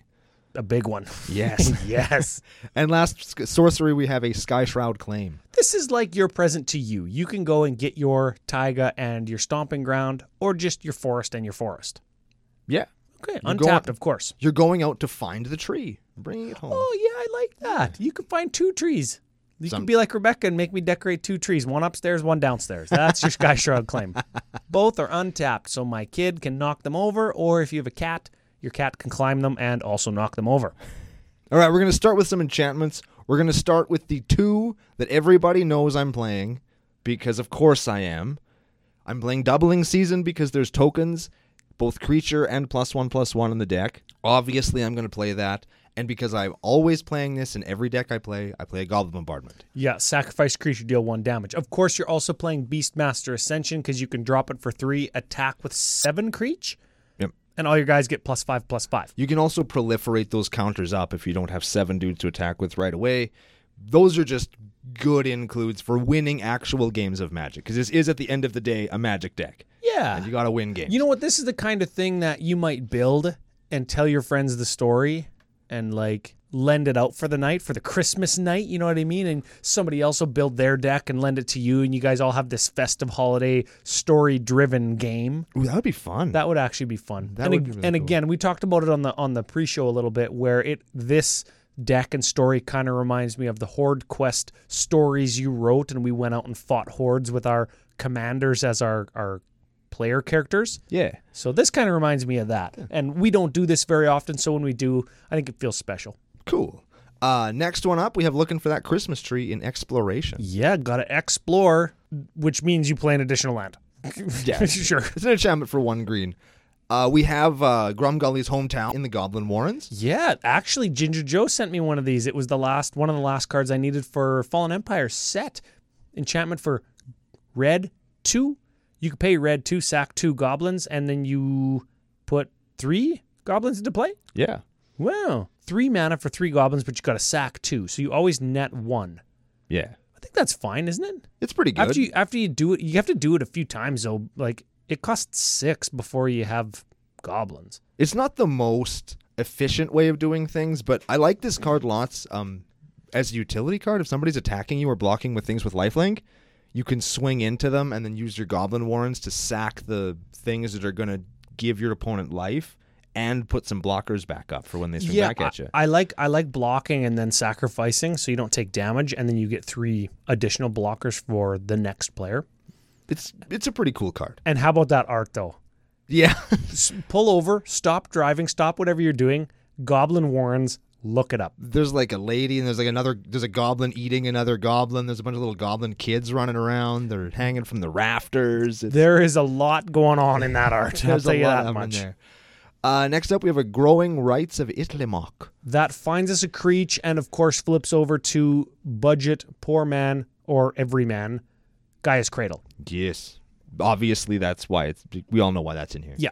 B: A big one.
A: Yes.
B: yes.
A: and last sc- sorcery, we have a Sky Shroud claim.
B: This is like your present to you. You can go and get your taiga and your stomping ground, or just your forest and your forest.
A: Yeah.
B: Okay.
A: You go
B: Untapped,
A: on-
B: of course.
A: You're going out to find the tree, bringing it home.
B: Oh yeah, I like that. You can find two trees. You
A: Some-
B: can be like Rebecca and make me decorate two trees, one upstairs, one downstairs. That's your sky shroud claim. Both are untapped, so my kid can knock them over, or if you have a cat, your cat can climb them and also knock them over.
A: All right, we're going to start with some enchantments. We're going to start with the two that everybody knows I'm playing because, of course, I am. I'm playing Doubling Season because there's tokens, both creature and plus one plus one in the deck. Obviously, I'm going to play that. And because I'm always playing this in every deck I play, I play a Goblin Bombardment.
B: Yeah, sacrifice creature, deal one damage. Of course, you're also playing Beastmaster Ascension because you can drop it for three, attack with seven creature,
A: Yep.
B: and all your guys get plus five, plus five.
A: You can also proliferate those counters up if you don't have seven dudes to attack with right away. Those are just good includes for winning actual games of Magic because this is, at the end of the day, a Magic deck.
B: Yeah.
A: And you got to win games.
B: You know what? This is the kind of thing that you might build and tell your friends the story and like lend it out for the night for the Christmas night. You know what I mean? And somebody else will build their deck and lend it to you, and you guys all have this festive holiday story driven game.
A: Ooh, that would be fun.
B: That would actually be fun.
A: That
B: and
A: would
B: ag-
A: be really
B: and
A: cool.
B: again, we talked about it on the on the pre-show a little bit where it this deck and story kind of reminds me of the Horde Quest stories you wrote and we went out and fought hordes with our commanders as our our player characters.
A: yeah.
B: So this kind of reminds me of that. And we don't do this very often, so when we do, I think it feels special.
A: Cool. Uh, next one up, we have looking for that Christmas tree in exploration.
B: Yeah, got to explore, which means you play an additional land.
A: Yeah.
B: sure.
A: It's an enchantment for one green. Uh, we have uh, Grumgully's hometown in the Goblin Warrens.
B: Yeah, actually, Ginger Joe sent me one of these. It was the last one of the last cards I needed for Fallen Empire set enchantment for red two. You can pay red two, sack two goblins, and then you put three goblins into play.
A: Yeah.
B: Wow, three mana for three goblins, but you got to sack two, so you always net one.
A: Yeah.
B: I think that's fine, isn't it?
A: It's pretty good.
B: After you after you do it, you have to do it a few times though. Like it costs six before you have goblins.
A: it's not the most efficient way of doing things, but I like this card lots um, as a utility card. If somebody's attacking you or blocking with things with lifelink, you can swing into them and then use your Goblin Warrens to sack the things that are going to give your opponent life and put some blockers back up for when they swing back at you.
B: I, I like I like blocking and then sacrificing, so you don't take damage, and then you get three additional blockers for the next player.
A: It's it's a pretty cool card.
B: And how about that art though?
A: Yeah.
B: S- Pull over, stop driving, stop whatever you're doing. Goblin Warrens, look it up.
A: there's like a lady and there's like another there's a goblin eating another goblin. There's a bunch of little goblin kids running around. They're hanging from the rafters. It's,
B: There is a lot going on in that art. I'll
A: there's
B: tell
A: a
B: you
A: lot
B: that
A: happening
B: much.
A: there. Uh, next up we have a growing rights of Itlimok.
B: that finds us a creature and of course flips over to budget poor man or every man gaia's cradle
A: Yes. Obviously that's why it's we all know why that's in here.
B: yeah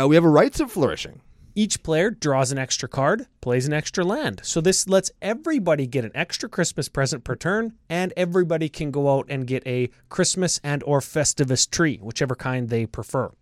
A: Uh, we have a rights of flourishing.
B: each player draws an extra card plays an extra land so this lets everybody get an extra christmas present per turn and everybody can go out and get a christmas and or festivus tree whichever kind they prefer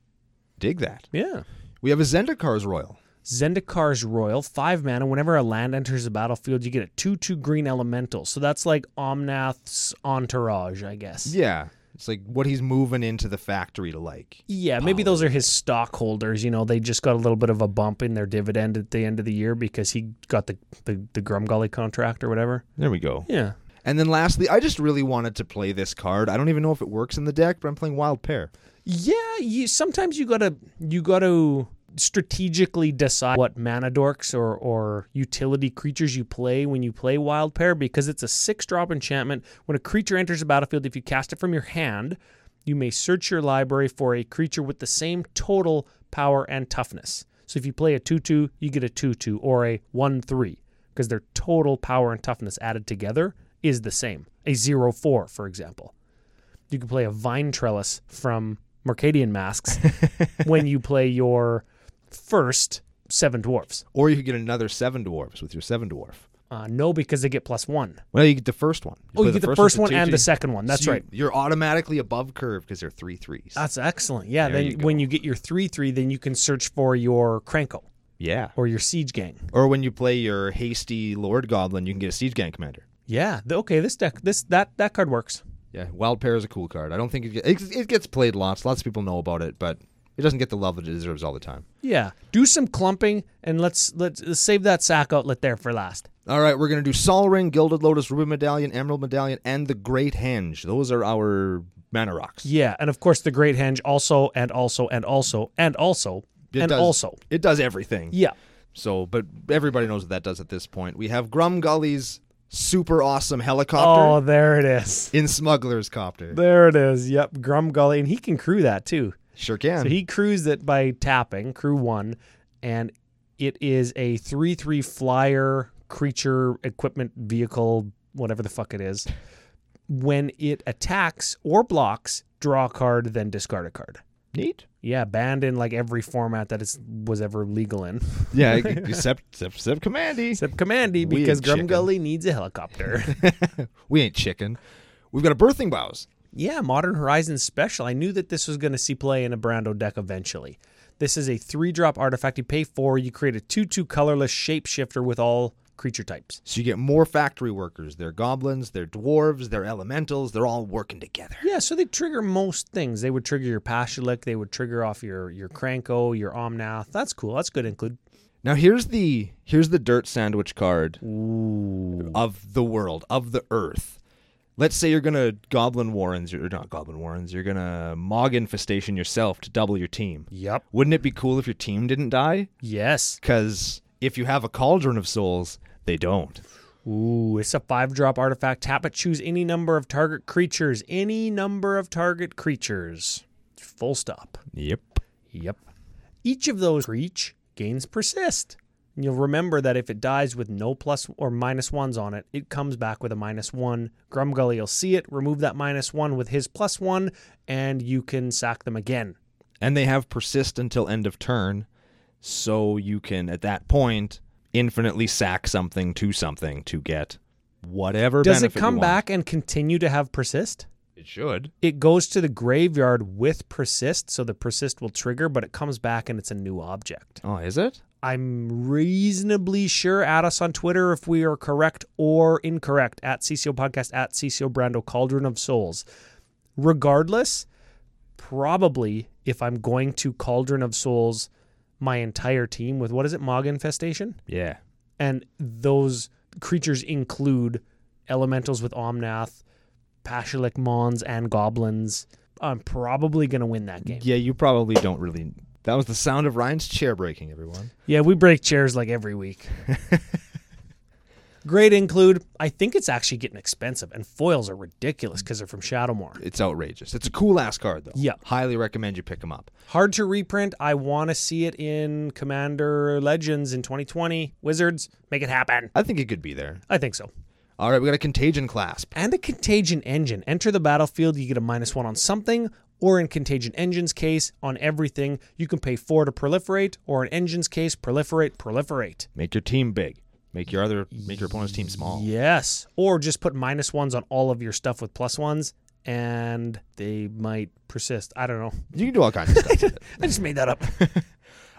A: Dig that.
B: yeah
A: We have a Zendikar's Royal.
B: Zendikar's Royal, five mana. Whenever a land enters the battlefield, you get a 2 2 green elemental. So that's like Omnath's entourage, I guess.
A: Yeah. It's like what he's moving into the factory to like.
B: Yeah, maybe those are his stockholders. You know, they just got a little bit of a bump in their dividend at the end of the year because he got the the, the Grumgully contract or whatever.
A: There we go.
B: Yeah.
A: And then lastly, I just really wanted to play this card. I don't even know if it works in the deck, but I'm playing Wild Pear.
B: Yeah, you sometimes you gotta you gotta strategically decide what mana dorks or, or utility creatures you play when you play Wild Pair because it's a six drop enchantment. When a creature enters the battlefield, if you cast it from your hand, you may search your library for a creature with the same total power, and toughness. So if you play a 2 2, you get a 2 2 or a 1 3 because their total power and toughness added together is the same. A 0 4, for example. You can play a Vine Trellis from Mercadian Masks when you play your first Seven Dwarfs.
A: Or you could get another seven dwarves with your seven dwarf.
B: Uh, no, because they get plus one.
A: Well, you get the first one.
B: Oh,
A: play
B: you get the first, one
A: with
B: and
A: two
B: the
A: Gs.
B: second one. That's
A: So you-
B: right.
A: You're automatically above curve because they're three threes.
B: That's excellent. Yeah.
A: There
B: then
A: you
B: when you get your 3 3, then you can search for your Cranko
A: yeah.
B: or your Siege Gang.
A: Or when you play your hasty Lord Goblin, you can get a Siege Gang Commander.
B: Yeah. th- Okay. This deck, this that that card works.
A: Yeah, Wild Pair is a cool card. I don't think it, get, it, it gets played lots. Lots of people know about it, but it doesn't get the love that it deserves all the time.
B: Yeah. Do some clumping and let's let's, let's save that sack outlet there for last.
A: All right, we're going to do Sol Ring, Gilded Lotus, Ruby Medallion, Emerald Medallion, and the Great Henge. Those are our mana rocks.
B: Yeah, and of course the Great Henge also and also and also and also
A: It
B: and
A: does-
B: also.
A: It does everything.
B: Yeah.
A: So, but everybody knows what that does at this point. We have Grum Gully's super awesome helicopter
B: Oh, there it is.
A: in Smuggler's Copter.
B: There it is. Yep, Grum Gully, and he can crew that too.
A: sure can.
B: So he crews it by tapping crew one, and it is a three three flyer creature equipment vehicle whatever the fuck it is. When it attacks or blocks, draw a card, then discard a card.
A: Neat.
B: Yeah, banned in like every format that it's was ever legal in,
A: Yeah, except, except, except Commandy.
B: except Commandy,
A: Weird
B: because
A: chicken.
B: Grum Gully needs a helicopter.
A: we ain't chicken. We've got a birthing bows.
B: Yeah, Modern Horizons special. I knew that this was going to see play in a Brando deck eventually. This is a three drop artifact. You pay four, you create a 2 2 colorless shapeshifter with all creature types.
A: So you get more factory workers. They're goblins, they're dwarves, they're elementals, they're all working together.
B: Yeah, so they trigger most things. They would trigger your Pashalik, they would trigger off your your Cranko, your Omnath. That's cool. That's good include.
A: Now here's the here's the dirt sandwich card
B: Ooh.
A: of the world, of the earth. Let's say you're gonna goblin warrens, or not goblin warrens, you're gonna mog infestation yourself to double your team.
B: Yep.
A: Wouldn't it be cool if your team didn't die?
B: Yes.
A: Cause if you have a cauldron of souls, they don't.
B: Ooh, it's a five drop artifact. Tap it, choose any number of target creatures. Any number of target creatures. Full stop.
A: Yep.
B: Yep. Each of those reach gains persist. And you'll remember that if it dies with no plus or minus ones on it, it comes back with a minus one. Grumgully will see it, remove that minus one with his plus one, and you can sack them again.
A: and they have persist until end of turn so you can at that point infinitely sack something to something to get whatever
B: Does it
A: benefit you
B: come
A: want.
B: back and continue to have persist?
A: it should
B: It goes to the graveyard with persist, so the persist will trigger, but it comes back and it's a new object.
A: oh is it
B: I'm reasonably sure. Add us on Twitter if we are correct or incorrect at CCO Podcast at CCO Brando Cauldron of Souls. Regardless, probably if I'm going to Cauldron of Souls, my entire team with what is it, Mog Infestation?
A: yeah
B: And those creatures include elementals with Omnath, Pashalik Mons, and Goblins. I'm probably going to win that game.
A: yeah you probably don't really that was the sound of ryan's chair breaking everyone
B: Yeah, we break chairs like every week. Great include. I think it's actually getting expensive, and foils are ridiculous because they're from Shadowmoor.
A: it's outrageous it's a cool ass card though
B: Yeah.
A: highly recommend you pick them up
B: Hard to reprint. I want to see it in Commander Legends in 2020. Wizards, make it happen.
A: i think it could be there
B: I think so.
A: all right we got a contagion clasp
B: And a Contagion Engine. Enter the battlefield, you get a minus one on something, or in Contagion Engine's case, on everything. You can pay four to proliferate, or in Engine's case, proliferate, proliferate.
A: make your team big make your other make your opponent's team small
B: Yes. Or just put minus ones on all of your stuff with plus ones and they might persist. I don't know.
A: you can do all kinds of stuff with it.
B: I just made that up.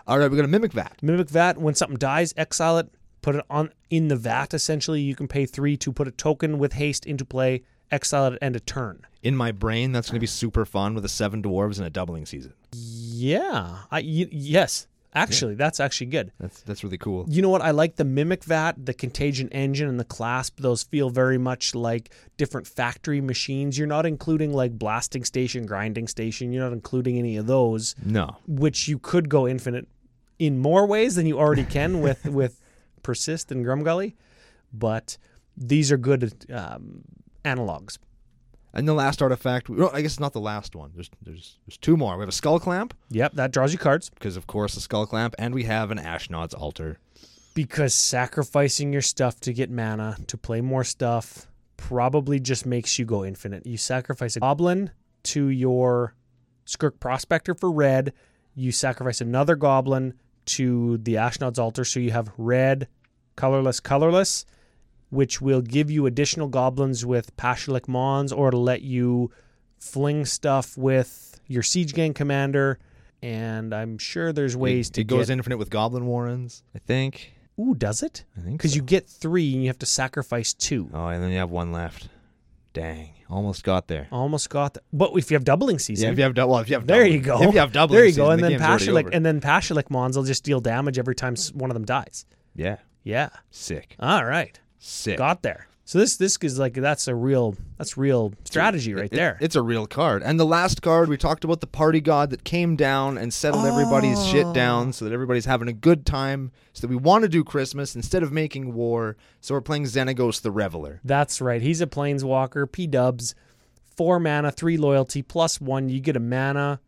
A: all right we got a mimic vat
B: Mimic Vat, when something dies, exile it, put it on in the vat essentially. You can pay three to put a token with haste into play, exile it at end of turn.
A: in my brain that's going to be super fun with a seven dwarves and a doubling season
B: Yeah. I y- yes. Actually, that's actually good.
A: that's that's really cool
B: You know what? I like the Mimic Vat, the Contagion Engine, and the Clasp. Those feel very much like different factory machines. You're not including like Blasting Station, Grinding Station. You're not including any of those,
A: no
B: which you could go infinite in more ways than you already can with with Persist and Grumgully. But these are good um, analogs.
A: And the last artifact, well, I guess not the last one. There's there's there's two more. We have a skull clamp
B: Yep, that draws you cards.
A: because of course the skull clamp, and we have an Ashnod's altar.
B: Because sacrificing your stuff to get mana to play more stuff probably just makes you go infinite. You sacrifice a goblin to your Skirk Prospector for red. You sacrifice another goblin to the Ashnod's Altar, so you have red, colorless, colorless, which will give you additional goblins with Pashalik Mons, or it'll let you fling stuff with your Siege Gang Commander. And I'm sure there's ways
A: it,
B: to
A: it goes
B: get...
A: infinite with goblin warrens. I think.
B: Ooh, does it?
A: I think
B: Because
A: so.
B: you get three and you have to sacrifice two.
A: Oh, and then you have one left. Dang, almost got there.
B: Almost got that. But if you have doubling
A: Yeah,
B: season,
A: if you have double, well, if you have
B: there
A: doubling-
B: you go.
A: If you have double,
B: there you go. And then Pashalik, and then Pashalik Mons will just deal damage every time s- one of them dies.
A: yeah,
B: Yeah.
A: sick,
B: All right.
A: sick.
B: Got there. So this this is like that's a real that's real strategy right
A: It-
B: there.
A: It's a real card. And the last card we talked about the party god that came down and settled everybody's shit down so that everybody's having a good time. So that we want to do Christmas instead of making war. So we're playing Xenagos the Reveler.
B: That's right. He's a planeswalker. P dubs, four mana, three loyalty, plus one. You get a mana,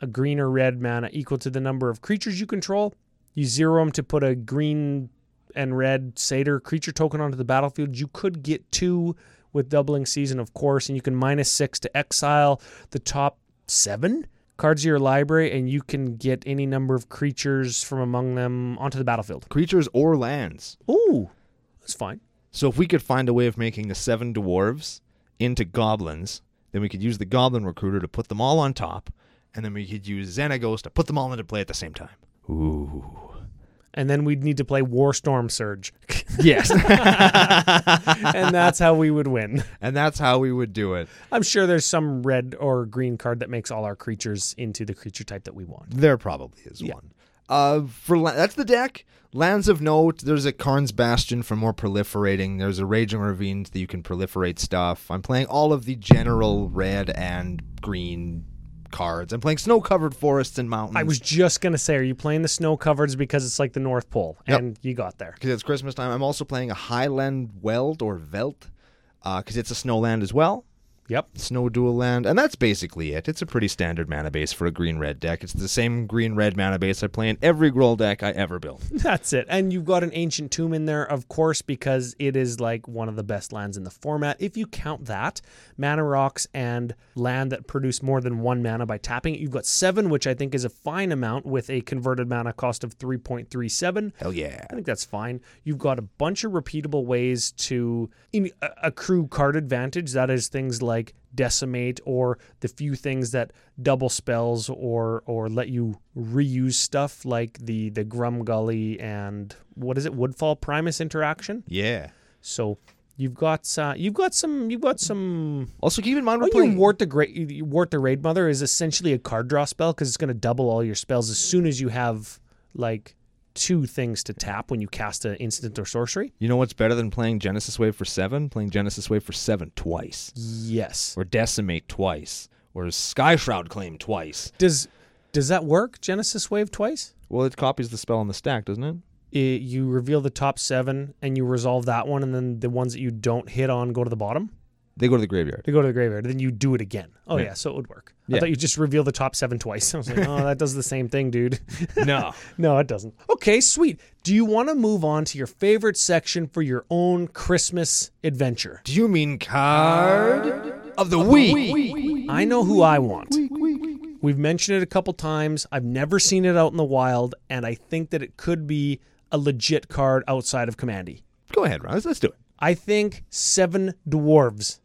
B: a green or red mana equal to the number of creatures you control. You zero them to put a green and red satyr creature token onto the battlefield. You could get two with doubling season, of course, and you can minus six to exile the top seven cards of your library, and you can get any number of creatures from among them onto the battlefield.
A: Creatures or lands.
B: Ooh, that's fine.
A: So if we could find a way of making the seven dwarves into goblins, then we could use the goblin recruiter to put them all on top, and then we could use Xenagos to put them all into play at the same time. Ooh.
B: And then we'd need to play Warstorm Surge.
A: Yes.
B: and that's how we would win.
A: and that's how we would do it.
B: I'm sure there's some red or green card that makes all our creatures into the creature type that we want.
A: There probably is one. Uh, for la- that's the deck. Lands of note. There's a Karn's Bastion for more proliferating. There's a Raging Ravine that you can proliferate stuff. I'm playing all of the general red and green cards. I'm playing snow covered forests and mountains.
B: I was just gonna say, are you playing the snow covers because it's like the North Pole? And you got there.
A: because it's Christmas time. I'm also playing a Highland Weld or Velt because it's a snow land as well.
B: Yep.
A: Snow dual land, and that's basically it. It's a pretty standard mana base for a green red deck. It's the same green red mana base I play in every Groll deck I ever built.
B: That's it. And you've got an ancient tomb in there, of course, because it is like one of the best lands in the format. If you count that, mana rocks and land that produce more than one mana by tapping it, you've got seven, which I think is a fine amount with a converted mana cost of 3.37.
A: Hell yeah.
B: I think that's fine. You've got a bunch of repeatable ways to in, uh, accrue card advantage. That is things like decimate or the few things that double spells or or let you reuse stuff like the the Grum Gully and what is it Woodfall Primus interaction.
A: Yeah.
B: So you've got uh, you've got some you've got some
A: Also, keep in mind we're
B: when
A: playing.
B: you wart the great wart the raid mother is essentially a card draw spell because it's going to double all your spells as soon as you have like two things to tap when you cast an instant or sorcery.
A: you know what's better than playing Genesis Wave for seven? Playing Genesis Wave for seven twice,
B: Yes.
A: or Decimate twice, or Sky Shroud Claim twice.
B: Does does that work? Genesis Wave twice.
A: Well, it copies the spell on the stack, doesn't it?
B: I- you reveal the top seven and you resolve that one, and then the ones that you don't hit on go to the bottom.
A: They go to the graveyard.
B: They go to the graveyard. Then you do it again. Oh yeah, so it would work. I
A: Yeah.
B: thought you just reveal the top seven twice. I was like, oh, that does the same thing, dude.
A: no.
B: No, it doesn't. Okay, sweet. Do you want to move on to your favorite section for your own Christmas adventure?
A: Do you mean card of the week?
B: I know who I want. We've mentioned it a couple times. I've never seen it out in the wild, and I think that it could be a legit card outside of Commandy.
A: Go ahead, Ron. Let's, let's do it.
B: I think Seven Dwarves.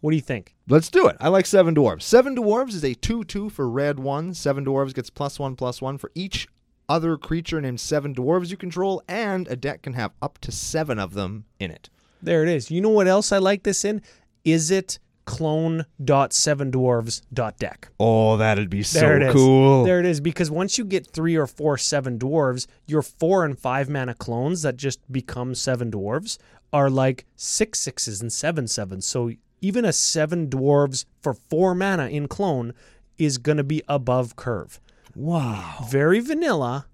B: What do you think?
A: Let's do it. I like Seven Dwarves. Seven Dwarves is a 2 2 for red 1. Seven Dwarves gets plus 1 plus 1 for each other creature named Seven Dwarves you control, and a deck can have up to seven of them in it.
B: There it is. You know what else I like this in? Is it clone.sevendwarves.deck?
A: Oh, that'd be so
B: There it is.
A: cool.
B: There it is. Because once you get three or four seven dwarves, your four and five mana clones that just become seven dwarves are like six sixes and seven sevens. So even a seven dwarves for four mana in clone is going to be above curve.
A: Wow.
B: Very vanilla,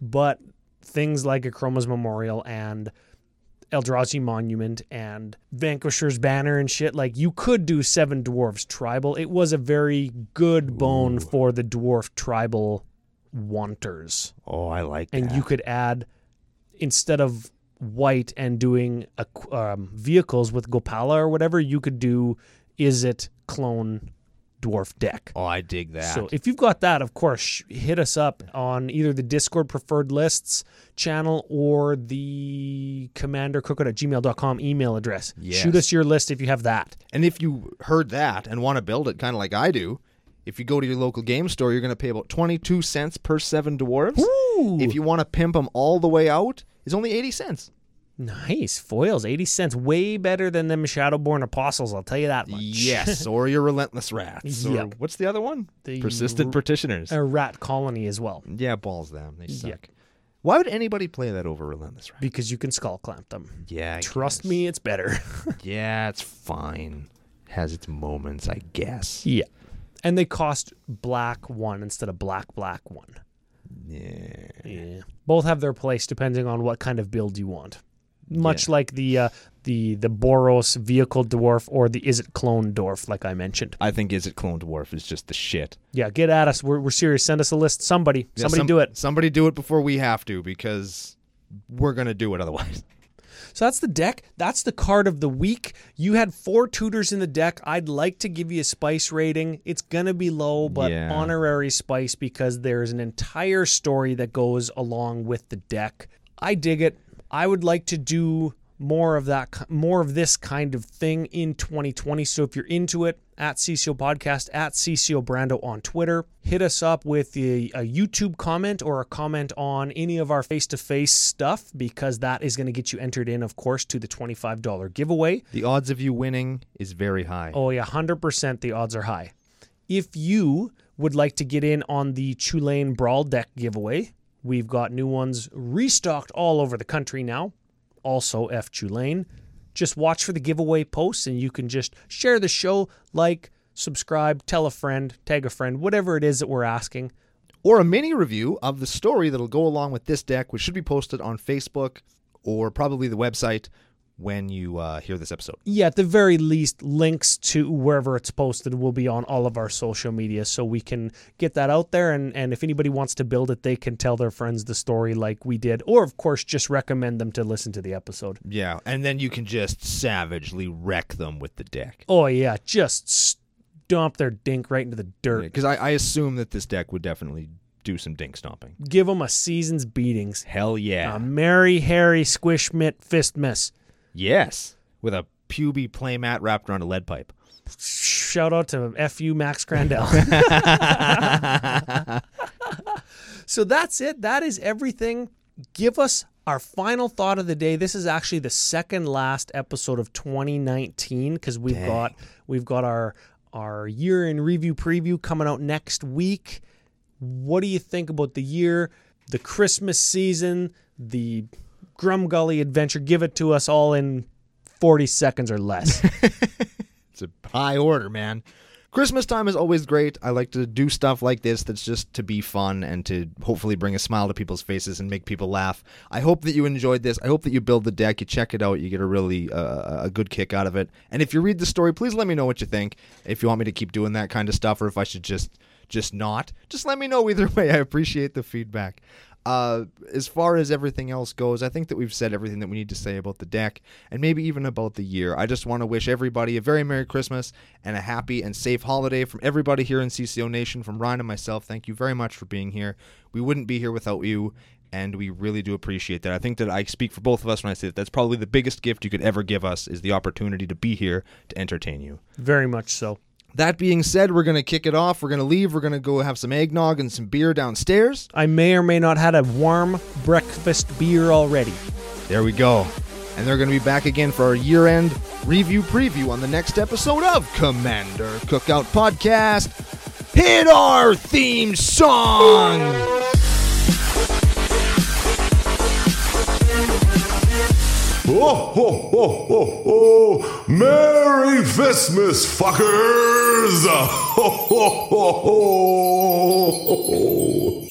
B: but things like a Chroma's Memorial and Eldrazi Monument and Vanquisher's Banner and shit. Like you could do Seven Dwarves Tribal. It was a very good bone for the dwarf tribal wanters.
A: Oh, I like
B: And
A: that.
B: you could add instead of white and doing a, um, vehicles with Gopala or whatever, you could do is it clone dwarf deck.
A: oh, I dig that.
B: So if you've got that, of course, sh- hit us up on either the Discord preferred lists channel or the commandercookout at gmail.com email address.
A: Yes.
B: Shoot us your list if you have that.
A: and if you heard that and want to build it, kind of like I do, if you go to your local game store, you're going to pay about 22 cents per seven dwarves. If you want to pimp them all the way out, it's only 80 cents.
B: Nice. Foils, 80 cents. Way better than them Shadowborn Apostles, I'll tell you that much.
A: Yes, or your relentless rats. Or
B: Yep.
A: what's the other one?
B: The
A: Persistent
B: r- er-
A: partitioners.
B: A rat colony as well,
A: yeah, balls them. They suck. Why would anybody play that over relentless rats?
B: because you can skull clamp them.
A: Yeah, I
B: Trust
A: guess.
B: me, it's better.
A: Yeah, it's fine. Has its moments, I guess.
B: yeah. And they cost black one instead of black, black one.
A: Yeah.
B: Yeah. Both have their place depending on what kind of build you want. Much like the uh, the the Boros vehicle dwarf or the is it clone dwarf, like I mentioned.
A: I think is it clone dwarf is just the shit.
B: Yeah, get at us. We're, we're serious. Send us a list. Somebody,
A: Yeah,
B: somebody
A: some-
B: do it.
A: Somebody do it before we have to because we're gonna do it otherwise.
B: So that's the deck. That's the card of the week. You had four tutors in the deck. I'd like to give you a spice rating. It's going to be low, but
A: Yeah.
B: honorary spice because there's an entire story that goes along with the deck. I dig it. I would like to do more of that ki- more of this kind of thing in 2020 so if you're into it at CCO podcast at CCO brando on twitter hit us up with a, a youtube comment or a comment on any of our face-to-face stuff because that is going to get you entered in of course to the $25 giveaway
A: The odds of you winning is very high.
B: Oh yeah, hundred percent. The odds are high. If you would like to get in on the Tulane Brawl deck giveaway, we've got new ones restocked all over the country now. Also, F Tulane. Just watch for the giveaway posts, and you can just share the show, like, subscribe, tell a friend, tag a friend, whatever it is that we're asking.
A: Or a mini review of the story that'll go along with this deck, which should be posted on Facebook or probably the website when you uh, hear this episode.
B: yeah, at the very least, links to wherever it's posted will be on all of our social media so we can get that out there. And, and if anybody wants to build it, they can tell their friends the story like we did, or of course, just recommend them to listen to the episode.
A: Yeah, and then you can just savagely wreck them with the deck.
B: Oh, yeah, just stomp their dink right into the dirt.
A: Because I, I assume that this deck would definitely do some dink stomping. Um,
B: Give them a season's beatings.
A: Hell yeah.
B: A merry, hairy, squish mitt fist miss.
A: yes. With a puby playmat wrapped around a lead pipe.
B: Shout out to FU Max Grandel. so that's it. That is everything. Give us our final thought of the day. This is actually the second last episode of 2019 because we've got we've got our our year in review preview coming out next week. What do you think about the year, the Christmas season, the Grumgully adventure? Give it to us all in 40 seconds or less.
A: It's a high order, man. Christmas time is always great. I like to do stuff like this that's just to be fun and to hopefully bring a smile to people's faces and make people laugh. I hope that you enjoyed this. I hope that you build the deck, you check it out, you get a really uh, a good kick out of it. And if you read the story, please let me know what you think. If you want me to keep doing that kind of stuff or if I should just just not, just let me know either way. I appreciate the feedback. Uh, as far as everything else goes, I think that we've said everything that we need to say about the deck and maybe even about the year. I just want to wish everybody a very Merry Christmas and a happy and safe holiday from everybody here in CCO Nation, from Ryan and myself. Thank you very much for being here. We wouldn't be here without you, and we really do appreciate that. I think that I speak for both of us when I say that that's probably the biggest gift you could ever give us is the opportunity to be here to entertain you.
B: Very much so.
A: That being said, we're going to kick it off. We're going to leave. We're going to go have some eggnog and some beer downstairs.
B: I may or may not had a warm breakfast beer already.
A: There we go. And they're going to be back again for our year end review preview on the next episode of Commander Cookout Podcast. Hit our theme song!
C: Ho, ho, ho, ho, ho. Merry Christmas, fuckers! Ho, ho, ho, ho, ho.